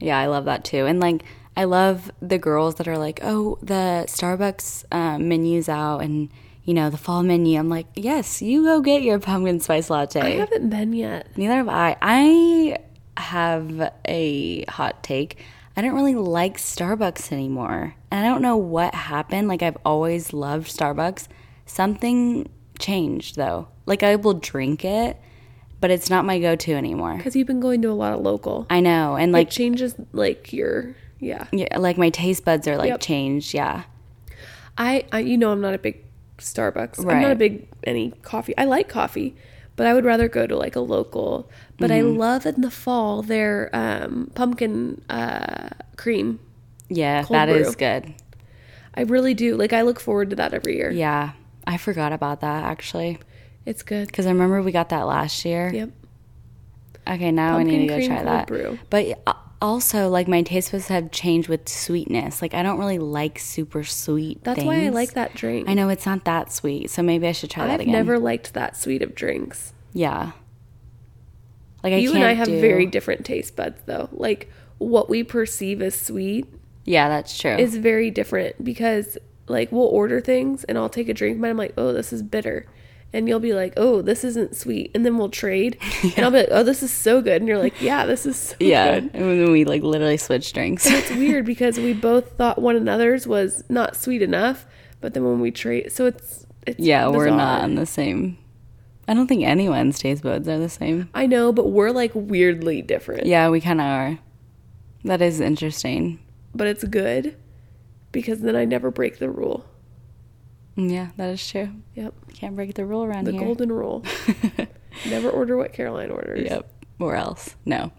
Speaker 2: yeah, I love that too. And like, I love the girls that are like, "Oh, the Starbucks um, menu's out, and you know the fall menu." I'm like, "Yes, you go get your pumpkin spice latte."
Speaker 1: I haven't been yet.
Speaker 2: Neither have I. I have a hot take. I don't really like Starbucks anymore. And I don't know what happened. Like, I've always loved Starbucks. Something changed, though. Like, I will drink it, but it's not my go to anymore.
Speaker 1: Because you've been going to a lot of local.
Speaker 2: I know. And,
Speaker 1: It
Speaker 2: like,
Speaker 1: changes like your, yeah.
Speaker 2: yeah, like my taste buds are like
Speaker 1: Yep.
Speaker 2: changed. Yeah.
Speaker 1: I, I, you know, I'm not a big Starbucks. I'm not a
Speaker 2: Right.
Speaker 1: big any coffee. I like coffee, but I would rather go to like a local. But I
Speaker 2: Mm-hmm.
Speaker 1: love in the fall their um, pumpkin uh, cream.
Speaker 2: Yeah, that
Speaker 1: brew.
Speaker 2: is good.
Speaker 1: I really do. Like I look forward to that every year.
Speaker 2: Yeah. I forgot about that actually.
Speaker 1: It's good.
Speaker 2: Because I remember we got that last year.
Speaker 1: Yep.
Speaker 2: Okay, now I
Speaker 1: Pumpkin
Speaker 2: need to go
Speaker 1: cream
Speaker 2: try
Speaker 1: cold
Speaker 2: that.
Speaker 1: brew.
Speaker 2: But uh, also, like my taste buds have changed with sweetness. Like I don't really like super sweet.
Speaker 1: That's
Speaker 2: things.
Speaker 1: why I like that drink.
Speaker 2: I know it's not that sweet, so maybe I should try that
Speaker 1: I've
Speaker 2: again.
Speaker 1: never liked that sweet of drinks.
Speaker 2: Yeah. Like I
Speaker 1: you
Speaker 2: can't
Speaker 1: and I have
Speaker 2: do-
Speaker 1: very different taste buds, though. Like what we perceive as sweet
Speaker 2: Yeah, that's true.
Speaker 1: is very different because like we'll order things and I'll take a drink, but I'm like, oh, this is bitter. And you'll be like, oh, this isn't sweet. And then we'll trade. And I'll be like, oh, this is so good. And you're like, yeah, this is so
Speaker 2: yeah,
Speaker 1: good.
Speaker 2: and then we like literally switch drinks.
Speaker 1: It's weird because we both thought one another's was not sweet enough, but then when we trade, so it's, it's
Speaker 2: yeah, we're
Speaker 1: bizarre.
Speaker 2: not on the same. I don't think anyone's taste buds are the same.
Speaker 1: I know, but we're like weirdly different.
Speaker 2: Yeah, we kind of are. That is interesting.
Speaker 1: But it's good because then I never break the rule.
Speaker 2: Yeah, that is true.
Speaker 1: Yep.
Speaker 2: Can't break the rule around
Speaker 1: The
Speaker 2: here.
Speaker 1: golden rule. never order what Caroline orders.
Speaker 2: Yep. Or else. No.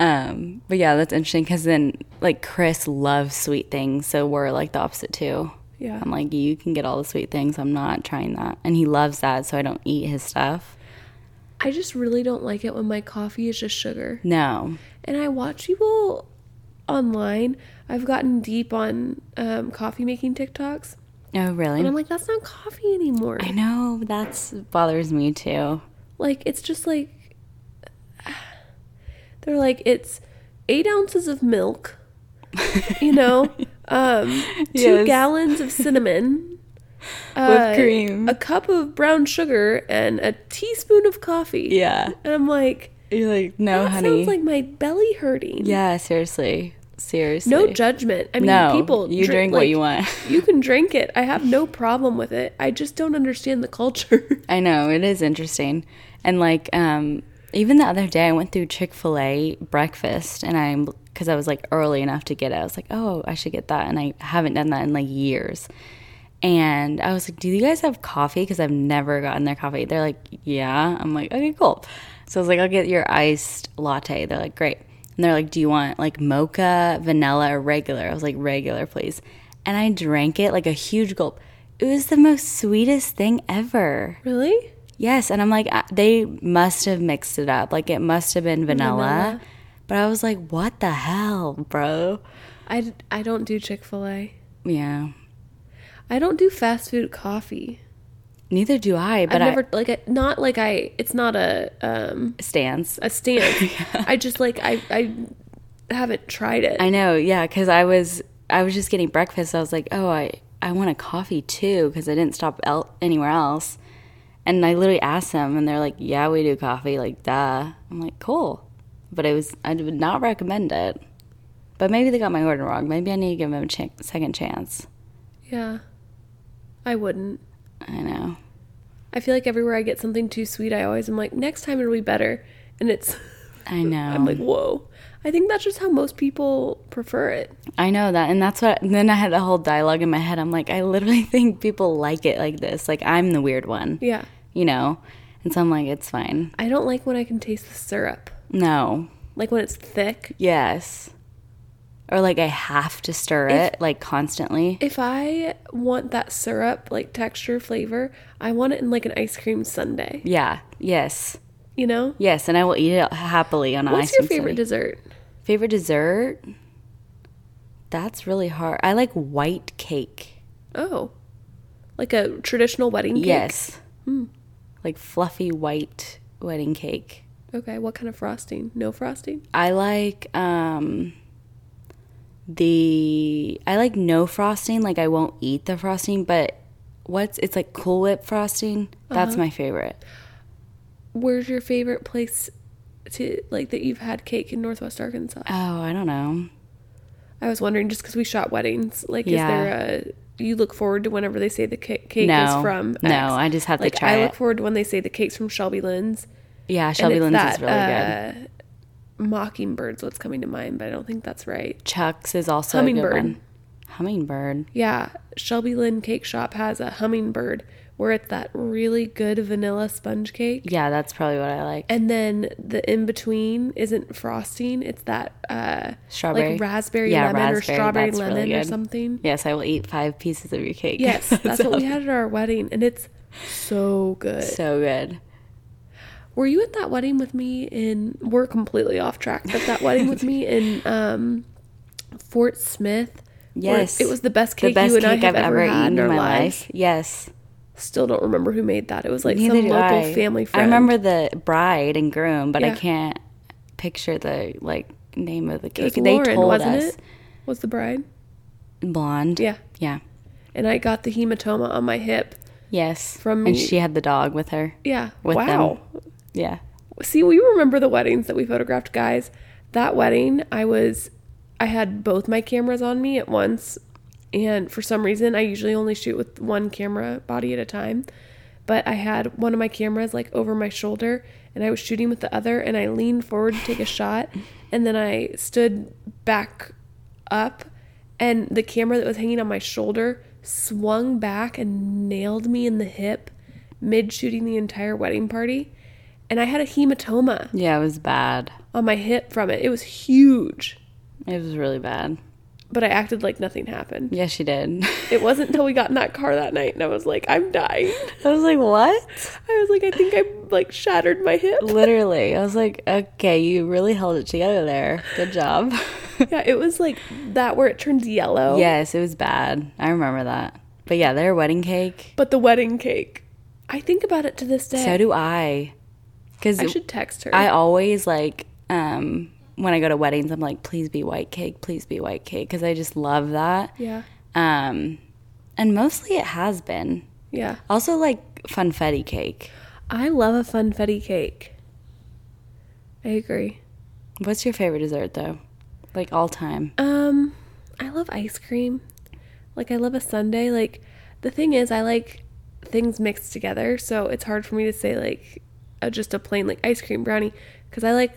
Speaker 2: Um, but yeah, that's interesting because then, like, Chris loves sweet things. So we're like the opposite too.
Speaker 1: Yeah.
Speaker 2: I'm like, you can get all the sweet things. I'm not trying that. And he loves that. So I don't eat his stuff.
Speaker 1: I just really don't like it when my coffee is just sugar.
Speaker 2: No.
Speaker 1: And I watch people online. I've gotten deep on um, coffee making TikToks,
Speaker 2: Oh, really?
Speaker 1: and I'm like, that's not coffee anymore.
Speaker 2: I know. That's bothers me too.
Speaker 1: Like, it's just like they're like it's eight ounces of milk, you know, um, two
Speaker 2: Yes.
Speaker 1: gallons of cinnamon. uh,
Speaker 2: Whipped cream.
Speaker 1: a cup of brown sugar and a teaspoon of coffee.
Speaker 2: Yeah.
Speaker 1: And I'm like,
Speaker 2: You're like, no,
Speaker 1: that
Speaker 2: honey.
Speaker 1: sounds like my belly hurting.
Speaker 2: yeah, seriously. Seriously.
Speaker 1: No judgment. I mean,
Speaker 2: No,
Speaker 1: people.
Speaker 2: you drink what you want.
Speaker 1: you can drink it. I have no problem with it. I just don't understand the culture.
Speaker 2: I know it is interesting, and like um, even the other day, I went through Chick Fil A breakfast, and I'm because I was like early enough to get it. I was like, oh, I should get that, and I haven't done that in like years. And I was like, do you guys have coffee? Because I've never gotten their coffee. They're like, yeah. I'm like, okay, cool. So I was like, I'll get your iced latte. They're like, great. And they're like, do you want like mocha, vanilla, or regular? I was like, regular, please. And I drank it like a huge gulp. It was the most sweetest thing ever.
Speaker 1: really?
Speaker 2: Yes, and I'm like, I- they must have mixed it up. Like it must have been vanilla.
Speaker 1: Vanilla.
Speaker 2: But I was like, what the hell, bro?
Speaker 1: I, I don't do Chick fil A.
Speaker 2: Yeah.
Speaker 1: I don't do fast food coffee.
Speaker 2: Neither do I, but
Speaker 1: I've
Speaker 2: I
Speaker 1: never, like, I, not like I, it's not a, um,
Speaker 2: stands.
Speaker 1: a stance. I just, like, I, I haven't tried it.
Speaker 2: I know, yeah, because I was I was just getting breakfast. I was like, oh, I I want a coffee too because I didn't stop el- anywhere else. And I literally asked them, and they're like, yeah, we do coffee, like duh. I'm like, cool, but it was I would not recommend it. But maybe they got my order wrong. Maybe I need to give them a ch- second chance.
Speaker 1: yeah. I wouldn't.
Speaker 2: I know.
Speaker 1: I feel like everywhere I get something too sweet, I always am like, next time it'll be better. And it's,
Speaker 2: I know.
Speaker 1: I'm like, whoa. I think that's just how most people prefer it.
Speaker 2: I know that. And that's what, and then I had a whole dialogue in my head. I'm like, I literally think people like it like this. Like, I'm the weird one,
Speaker 1: Yeah.
Speaker 2: you know? And so I'm like, it's fine.
Speaker 1: I don't like when I can taste the syrup,
Speaker 2: No.
Speaker 1: like when it's thick.
Speaker 2: Yes. Or like, I have to stir it like constantly.
Speaker 1: If I want that syrup, like texture, flavor, I want it in like an ice cream sundae,
Speaker 2: yeah. Yes.
Speaker 1: you know?
Speaker 2: Yes. And I will eat it happily on an
Speaker 1: What's
Speaker 2: ice
Speaker 1: your
Speaker 2: cream
Speaker 1: favorite
Speaker 2: sundae.
Speaker 1: dessert?
Speaker 2: favorite dessert? That's really hard. I like white cake.
Speaker 1: Oh, like a traditional wedding cake?
Speaker 2: Yes.
Speaker 1: Hmm.
Speaker 2: Like fluffy white wedding cake.
Speaker 1: Okay, what kind of frosting? No frosting?
Speaker 2: I like um the I like no frosting, like I won't eat the frosting, but what's it's like Cool Whip frosting. That's
Speaker 1: Uh-huh.
Speaker 2: my favorite.
Speaker 1: Where's your favorite place to like that you've had cake in Northwest Arkansas?
Speaker 2: Oh, I don't know.
Speaker 1: I was wondering just because we shot weddings, like
Speaker 2: Yeah.
Speaker 1: is there a you look forward to whenever they say the ca- cake
Speaker 2: No.
Speaker 1: is from?
Speaker 2: No,
Speaker 1: X?
Speaker 2: I just have to
Speaker 1: like,
Speaker 2: try
Speaker 1: I look
Speaker 2: it.
Speaker 1: forward to when they say the cake's from Shelby Lynn's.
Speaker 2: Yeah, Shelby Lynn's is really good.
Speaker 1: good. Mockingbird's what's coming to mind, but I don't think that's right.
Speaker 2: Chuck's is also a
Speaker 1: Hummingbird.
Speaker 2: good one. Hummingbird.
Speaker 1: Yeah, Shelby Lynn Cake Shop has a hummingbird where it's that really good vanilla sponge cake.
Speaker 2: Yeah, that's probably what I like.
Speaker 1: and then the in between isn't frosting; it's that uh,
Speaker 2: Strawberry.
Speaker 1: like raspberry
Speaker 2: Yeah,
Speaker 1: lemon or
Speaker 2: raspberry,
Speaker 1: strawberry
Speaker 2: that's really
Speaker 1: lemon or
Speaker 2: good.
Speaker 1: something.
Speaker 2: Yes, I will eat five pieces of your cake.
Speaker 1: Yes, that's what we had at our wedding, and it's so good.
Speaker 2: so good.
Speaker 1: Were you at that wedding with me in? We're completely off track, but that wedding with me in um, Fort Smith. where
Speaker 2: Yes.
Speaker 1: it was the best
Speaker 2: The
Speaker 1: cake
Speaker 2: best
Speaker 1: you and
Speaker 2: cake
Speaker 1: I
Speaker 2: I've
Speaker 1: have
Speaker 2: ever,
Speaker 1: had
Speaker 2: eaten in
Speaker 1: our
Speaker 2: my
Speaker 1: lives.
Speaker 2: life. Yes.
Speaker 1: Still don't remember who made that. It was like some
Speaker 2: do
Speaker 1: local
Speaker 2: I.
Speaker 1: family friend.
Speaker 2: I remember the bride and groom, but I
Speaker 1: Yeah.
Speaker 2: can't picture the like name of the
Speaker 1: it
Speaker 2: cake.
Speaker 1: was
Speaker 2: They
Speaker 1: Lauren,
Speaker 2: told
Speaker 1: wasn't
Speaker 2: us
Speaker 1: it? Was the bride?
Speaker 2: blonde.
Speaker 1: Yeah,
Speaker 2: Yeah.
Speaker 1: and I got the hematoma on my hip.
Speaker 2: Yes.
Speaker 1: From-
Speaker 2: and she had the dog with her.
Speaker 1: Yeah.
Speaker 2: With them.
Speaker 1: wow.
Speaker 2: Yeah.
Speaker 1: See, we remember the weddings that we photographed, guys. That wedding, I was, I had both my cameras on me at once. And for some reason, I usually only shoot with one camera body at a time. But I had one of my cameras like over my shoulder and I was shooting with the other and I leaned forward to take a shot. And then I stood back up and the camera that was hanging on my shoulder swung back and nailed me in the hip mid shooting the entire wedding party and I had a hematoma
Speaker 2: Yeah, it was bad.
Speaker 1: on my hip from it. It was huge,
Speaker 2: It was really bad.
Speaker 1: but I acted like nothing happened.
Speaker 2: Yeah, she did.
Speaker 1: It wasn't until we got in that car that night and I was like, I'm dying.
Speaker 2: I was like, what?
Speaker 1: I was like, I think I like shattered my hip.
Speaker 2: Literally. I was like, okay, you really held it together there. Good job.
Speaker 1: Yeah, it was like that where it turns yellow.
Speaker 2: yes, it was bad. I remember that. But yeah, their wedding cake.
Speaker 1: But the wedding cake, I think about it to this day.
Speaker 2: So do I. Because
Speaker 1: I should text her.
Speaker 2: I always like um when I go to weddings I'm like please be white cake, please be white cake cuz I just love that.
Speaker 1: yeah,
Speaker 2: Um and mostly it has been.
Speaker 1: yeah.
Speaker 2: Also like funfetti cake.
Speaker 1: I love a funfetti cake. I agree.
Speaker 2: What's your favorite dessert though? Like all time.
Speaker 1: Um, I love ice cream. Like I love a sundae. Like the thing is, I like things mixed together, so it's hard for me to say like a, just a plain like ice cream brownie because I like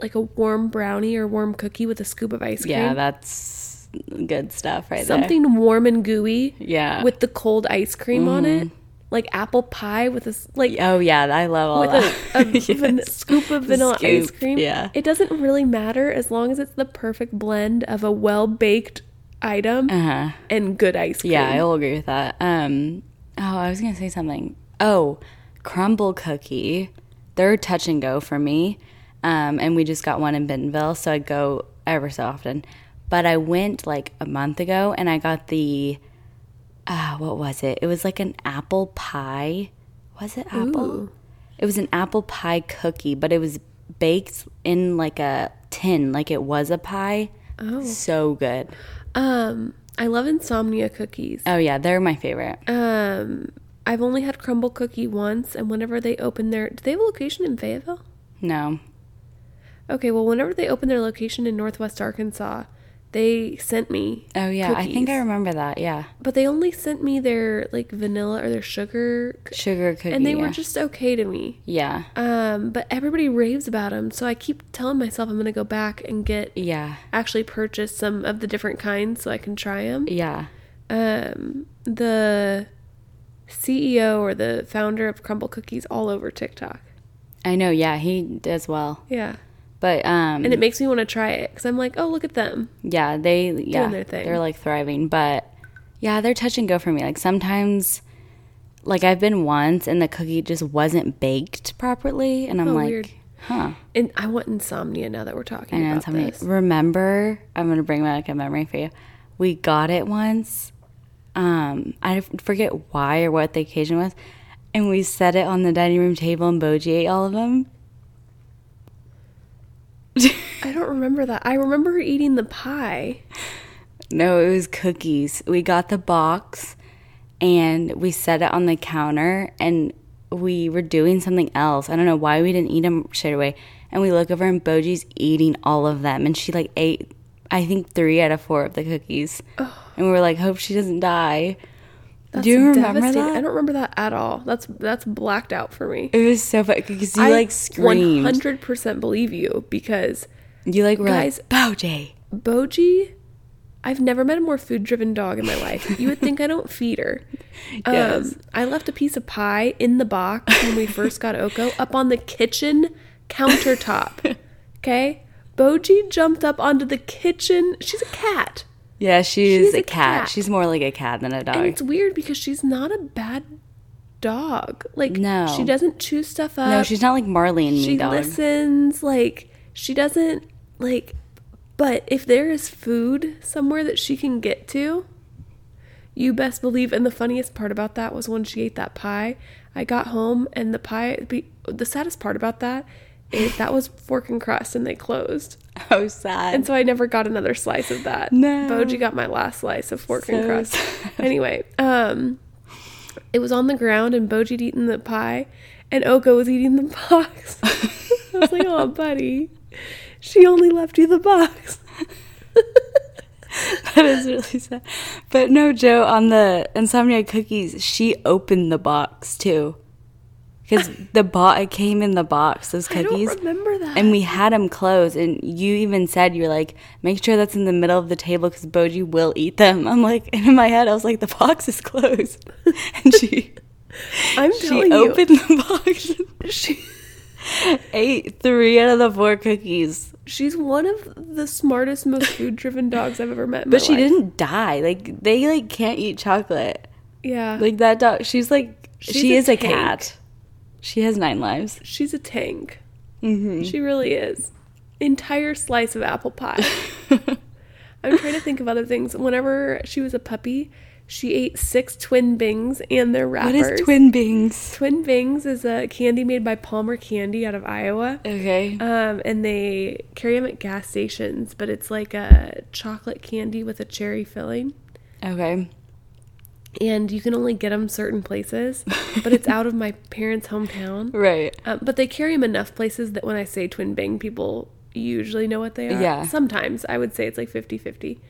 Speaker 1: like a warm brownie or warm cookie with a scoop of ice cream.
Speaker 2: Yeah, that's good stuff right
Speaker 1: Something warm and gooey
Speaker 2: there. Yeah. Mm-hmm.
Speaker 1: with the cold ice cream on it, like apple pie with a s- like
Speaker 2: Oh yeah, I love all
Speaker 1: with
Speaker 2: that.
Speaker 1: a, a van- scoop of vanilla ice
Speaker 2: scoop,
Speaker 1: cream.
Speaker 2: yeah.
Speaker 1: It doesn't really matter as long as it's the perfect blend of a well baked item
Speaker 2: uh-huh.
Speaker 1: and good ice cream.
Speaker 2: Yeah, I'll agree with that. Um, oh, I was gonna say something. Oh, crumble cookie. They're touch and go for me. Um, and we just got one in Bentonville, so I go ever so often. But I went like a month ago, and I got the, uh, what was it? It was like an apple pie. Was it apple? It was an apple pie cookie, but it was baked in like a tin, like it was a pie. Oh, so good.
Speaker 1: Um, I love insomnia cookies.
Speaker 2: Oh yeah, they're my favorite.
Speaker 1: Um, I've only had crumble cookie once, and whenever they open their, do they have a location in Fayetteville?
Speaker 2: No,
Speaker 1: Okay, well, whenever they open their location in Northwest Arkansas, they sent me.
Speaker 2: Oh yeah, I think I
Speaker 1: cookies.
Speaker 2: remember that. Yeah,
Speaker 1: But they only sent me their like vanilla or their sugar, c-
Speaker 2: sugar cookie.
Speaker 1: and they
Speaker 2: yeah.
Speaker 1: were just okay to me.
Speaker 2: yeah,
Speaker 1: Um, but everybody raves about them, so I keep telling myself I'm gonna go back and get
Speaker 2: yeah,
Speaker 1: actually purchase some of the different kinds so I can try them.
Speaker 2: yeah.
Speaker 1: Um, the CEO or the founder of Crumble Cookies all over TikTok.
Speaker 2: I know. Yeah, he does well,
Speaker 1: Yeah,
Speaker 2: but um,
Speaker 1: and it makes me want to try it because I'm like, oh, look at them.
Speaker 2: yeah, they yeah
Speaker 1: their thing.
Speaker 2: they're like thriving, but yeah, they're touch and go for me. Like sometimes, like I've been once and the cookie just wasn't baked properly, and I'm
Speaker 1: Oh,
Speaker 2: like,
Speaker 1: weird.
Speaker 2: huh.
Speaker 1: And I want insomnia now that we're talking
Speaker 2: I know
Speaker 1: about
Speaker 2: somebody
Speaker 1: this.
Speaker 2: remember. I'm gonna bring back a memory for you. We got it once. Um, I forget why or what the occasion was, and we set it on the dining room table and Boji ate all of them.
Speaker 1: I don't remember that. I remember her eating the pie.
Speaker 2: No, it was cookies. We got the box and we set it on the counter and we were doing something else. I don't know why we didn't eat them straight away. And we look over and Boji's eating all of them and she like ate I think three out of four of the cookies. And we were like, hope she doesn't die. Do you remember
Speaker 1: Devastating.
Speaker 2: that?
Speaker 1: I don't remember that at all. That's that's blacked out for me.
Speaker 2: It was so funny because you like
Speaker 1: One
Speaker 2: screamed.
Speaker 1: hundred percent believe you because
Speaker 2: you like were
Speaker 1: Guys-
Speaker 2: like, Boji.
Speaker 1: Boji. I've never met a more food driven dog in my life. You would think I don't feed her.
Speaker 2: Yes.
Speaker 1: Um, I left a piece of pie in the box when we first got Oko up on the kitchen countertop. Okay? Boji jumped up onto the kitchen. She's a cat.
Speaker 2: Yeah, she's,
Speaker 1: She's
Speaker 2: a,
Speaker 1: a
Speaker 2: cat.
Speaker 1: cat.
Speaker 2: She's more like a cat than a dog.
Speaker 1: And it's weird because she's not a bad dog. Like
Speaker 2: No.
Speaker 1: she doesn't chew stuff up.
Speaker 2: no, she's not like Marley and me
Speaker 1: uh, she
Speaker 2: dog.
Speaker 1: listens. Like she doesn't like. But if there is food somewhere that she can get to, you best believe. And the funniest part about that was when she ate that pie. I got home and the pie. be- The saddest part about that is that was fork and crust, and they closed.
Speaker 2: Oh, sad.
Speaker 1: And so I never got another slice of that.
Speaker 2: No.
Speaker 1: Boji got my last slice of fork and
Speaker 2: So
Speaker 1: crust.
Speaker 2: sad.
Speaker 1: Anyway, um, it was on the ground and Boji'd eaten the pie and Oko was eating the box. I was like, oh, buddy, she only left you the box.
Speaker 2: that is really sad. But no, Joe, on the insomnia cookies, she opened the box too. Because the box it came in the box, those cookies.
Speaker 1: I don't remember that.
Speaker 2: And we had them closed, and you even said you're like, make sure that's in the middle of the table because Boji will eat them. I'm like, and in my head, I was like, the box is closed, and she
Speaker 1: I'm
Speaker 2: she
Speaker 1: telling
Speaker 2: opened the box,
Speaker 1: you, she,
Speaker 2: and ate three out of the four cookies,
Speaker 1: she's one of the smartest, most food-driven dogs I've ever met. in
Speaker 2: but
Speaker 1: my
Speaker 2: she
Speaker 1: life.
Speaker 2: didn't die. Like they like can't eat chocolate.
Speaker 1: Yeah,
Speaker 2: Like that dog, she's like
Speaker 1: She's
Speaker 2: she
Speaker 1: a
Speaker 2: is a
Speaker 1: tank.
Speaker 2: cat. She has nine lives.
Speaker 1: she's a tank.
Speaker 2: Mm-hmm.
Speaker 1: She really is. Entire slice of apple pie. I'm trying to think of other things. Whenever she was a puppy, she ate six twin bings and their
Speaker 2: What
Speaker 1: wrappers.
Speaker 2: is twin beings?
Speaker 1: Twin Bings is a candy made by Palmer Candy out of Iowa.
Speaker 2: Okay.
Speaker 1: Um, and they carry them at gas stations, but it's like a chocolate candy with a cherry filling.
Speaker 2: Okay.
Speaker 1: And you can only get them certain places, but it's out of my parents' hometown.
Speaker 2: Right.
Speaker 1: Um, but they carry them enough places that when I say twin bang, people usually know what they are.
Speaker 2: Yeah.
Speaker 1: Sometimes I would say it's like 50 50.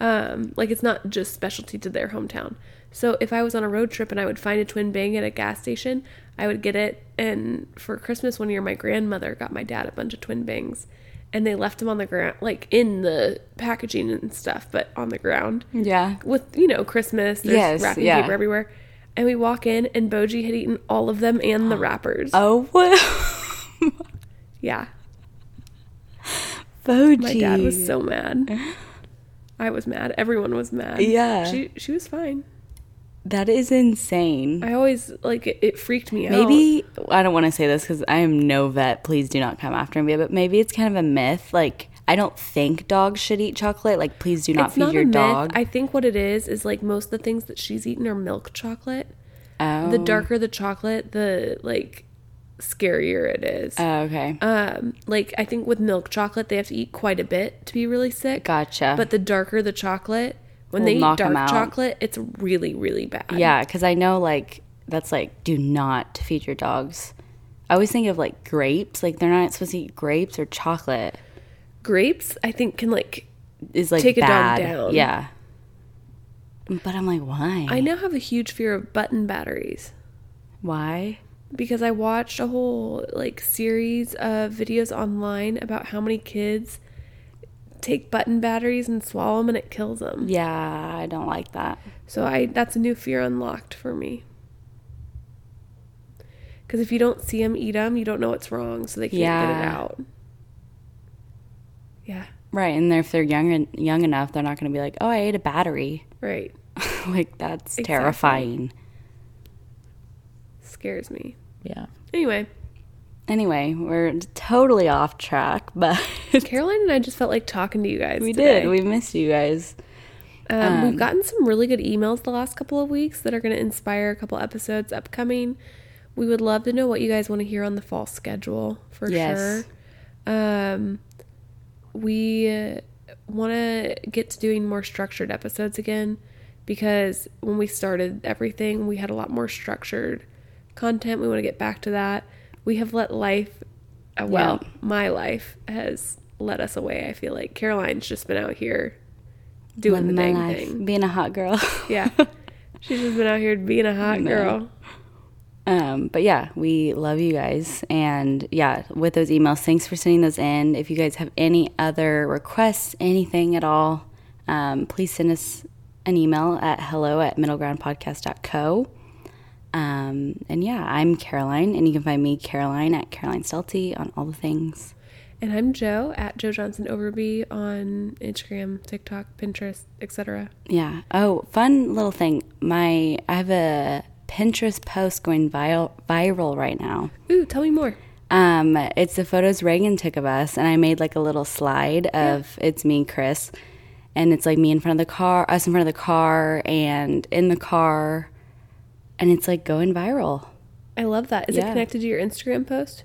Speaker 1: Um, like it's not just specialty to their hometown. So if I was on a road trip and I would find a twin bang at a gas station, I would get it. And for Christmas one year, my grandmother got my dad a bunch of twin bangs and they left them on the ground, like in the packaging and stuff, but on the ground
Speaker 2: Yeah.
Speaker 1: with you know Christmas, there's
Speaker 2: Mm. Yes,
Speaker 1: wrapping
Speaker 2: yeah.
Speaker 1: paper everywhere, and we walk in and Boji had eaten all of them and the wrappers.
Speaker 2: Oh what?
Speaker 1: Yeah,
Speaker 2: Boji.
Speaker 1: my dad was so mad. I was mad. Everyone was mad.
Speaker 2: Yeah.
Speaker 1: she she was fine.
Speaker 2: that is insane.
Speaker 1: I always like it, it freaked me out.
Speaker 2: Maybe I don't want to say this because I am no vet. Please do not come after me. But maybe it's kind of a myth. Like I don't think dogs should eat chocolate. Like please do not
Speaker 1: it's
Speaker 2: feed
Speaker 1: not
Speaker 2: your
Speaker 1: a myth.
Speaker 2: dog.
Speaker 1: I think what it is is like most of the things that she's eaten are milk chocolate.
Speaker 2: oh.
Speaker 1: The darker the chocolate, the like scarier it is.
Speaker 2: Oh, okay.
Speaker 1: um, like I think with milk chocolate, they have to eat quite a bit to be really sick.
Speaker 2: gotcha.
Speaker 1: But the darker the chocolate, when
Speaker 2: Will
Speaker 1: they eat
Speaker 2: knock 'em
Speaker 1: dark
Speaker 2: out.
Speaker 1: chocolate, it's really, really bad.
Speaker 2: Yeah, because I know like that's like do not feed your dogs. I always think of like grapes, like they're not supposed to eat grapes or chocolate.
Speaker 1: Grapes, I think, can like
Speaker 2: is like
Speaker 1: Take a dog
Speaker 2: bad.
Speaker 1: down.
Speaker 2: Yeah. But I'm like, why?
Speaker 1: I now have a huge fear of button batteries
Speaker 2: why?
Speaker 1: because I watched a whole like series of videos online about how many kids take button batteries and swallow them and it kills them.
Speaker 2: Yeah, I don't like that.
Speaker 1: So I that's a new fear unlocked for me. Cuz if you don't see them eat them, you don't know what's wrong, so they can't get it
Speaker 2: Yeah.
Speaker 1: out. Yeah,
Speaker 2: Right, and they're, if they're young young enough, they're not going to be like, "Oh, I ate a battery."
Speaker 1: right.
Speaker 2: like that's
Speaker 1: Exactly.
Speaker 2: terrifying.
Speaker 1: Scares me.
Speaker 2: Yeah.
Speaker 1: Anyway,
Speaker 2: Anyway, we're totally off track, but
Speaker 1: Caroline and I just felt like talking to you guys.
Speaker 2: we
Speaker 1: today.
Speaker 2: did. We missed you guys.
Speaker 1: Um, we've gotten some really good emails the last couple of weeks that are going to inspire a couple episodes upcoming. We would love to know what you guys want to hear on the fall schedule for
Speaker 2: Yes.
Speaker 1: sure. Um, we want to get to doing more structured episodes again because when we started everything, we had a lot more structured content. We want to get back to that. We have let life, uh, well,
Speaker 2: Yeah.
Speaker 1: my life has led us away. I feel like Caroline's just been out here doing the
Speaker 2: my
Speaker 1: dang
Speaker 2: life,
Speaker 1: thing.
Speaker 2: being a hot girl.
Speaker 1: Yeah. She's just been out here being a hot girl.
Speaker 2: Um, but yeah, we love you guys. And yeah, with those emails, thanks for sending those in. If you guys have any other requests, anything at all, um, please send us an email at hello at middlegroundpodcast.co. Um, and yeah, I'm Caroline, and you can find me, Caroline, at Caroline Stelty on all the things.
Speaker 1: And I'm Joe at Joe Johnson Overby on Instagram, TikTok, Pinterest, etc.
Speaker 2: Yeah. Oh, fun little thing. My I have a Pinterest post going viral viral right now.
Speaker 1: Ooh, tell me more.
Speaker 2: Um, it's the photos Reagan took of us, and I made like a little slide of it's me, Chris, and it's like me in front of the car, us in front of the car, and in the car, and it's like going viral.
Speaker 1: I love that. Is it
Speaker 2: Yeah.
Speaker 1: connected to your Instagram post?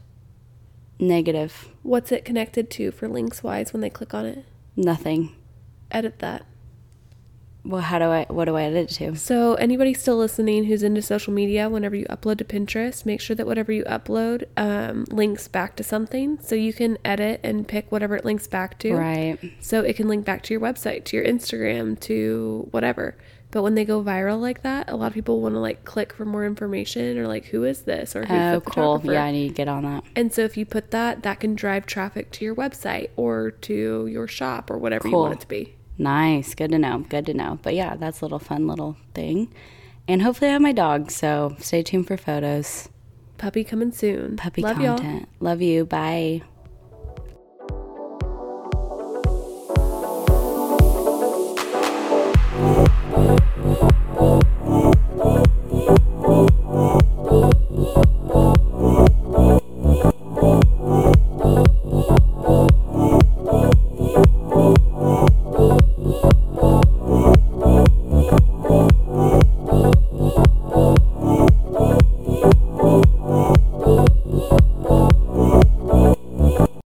Speaker 2: Negative,
Speaker 1: What's it connected to for links wise when they click on it?
Speaker 2: nothing.
Speaker 1: Edit that.
Speaker 2: Well, how do I? What do I edit it to?
Speaker 1: So, anybody still listening who's into social media, whenever you upload to Pinterest, make sure that whatever you upload um, links back to something. So, you can edit and pick whatever it links back to.
Speaker 2: Right.
Speaker 1: So it can link back to your website, to your Instagram, to whatever. But when they go viral like that, a lot of people want to like click for more information or like who is this or who's
Speaker 2: Oh,
Speaker 1: the
Speaker 2: cool.
Speaker 1: photographer.
Speaker 2: Yeah, I need to get on that.
Speaker 1: And so if you put that, that can drive traffic to your website or to your shop or whatever you
Speaker 2: Cool.
Speaker 1: want it to be.
Speaker 2: Nice. Good to know. Good to know. But yeah, that's a little fun little thing. And hopefully I have my dog, so stay tuned for photos.
Speaker 1: Puppy coming soon.
Speaker 2: Puppy
Speaker 1: Love y'all.
Speaker 2: content. Love you. Bye.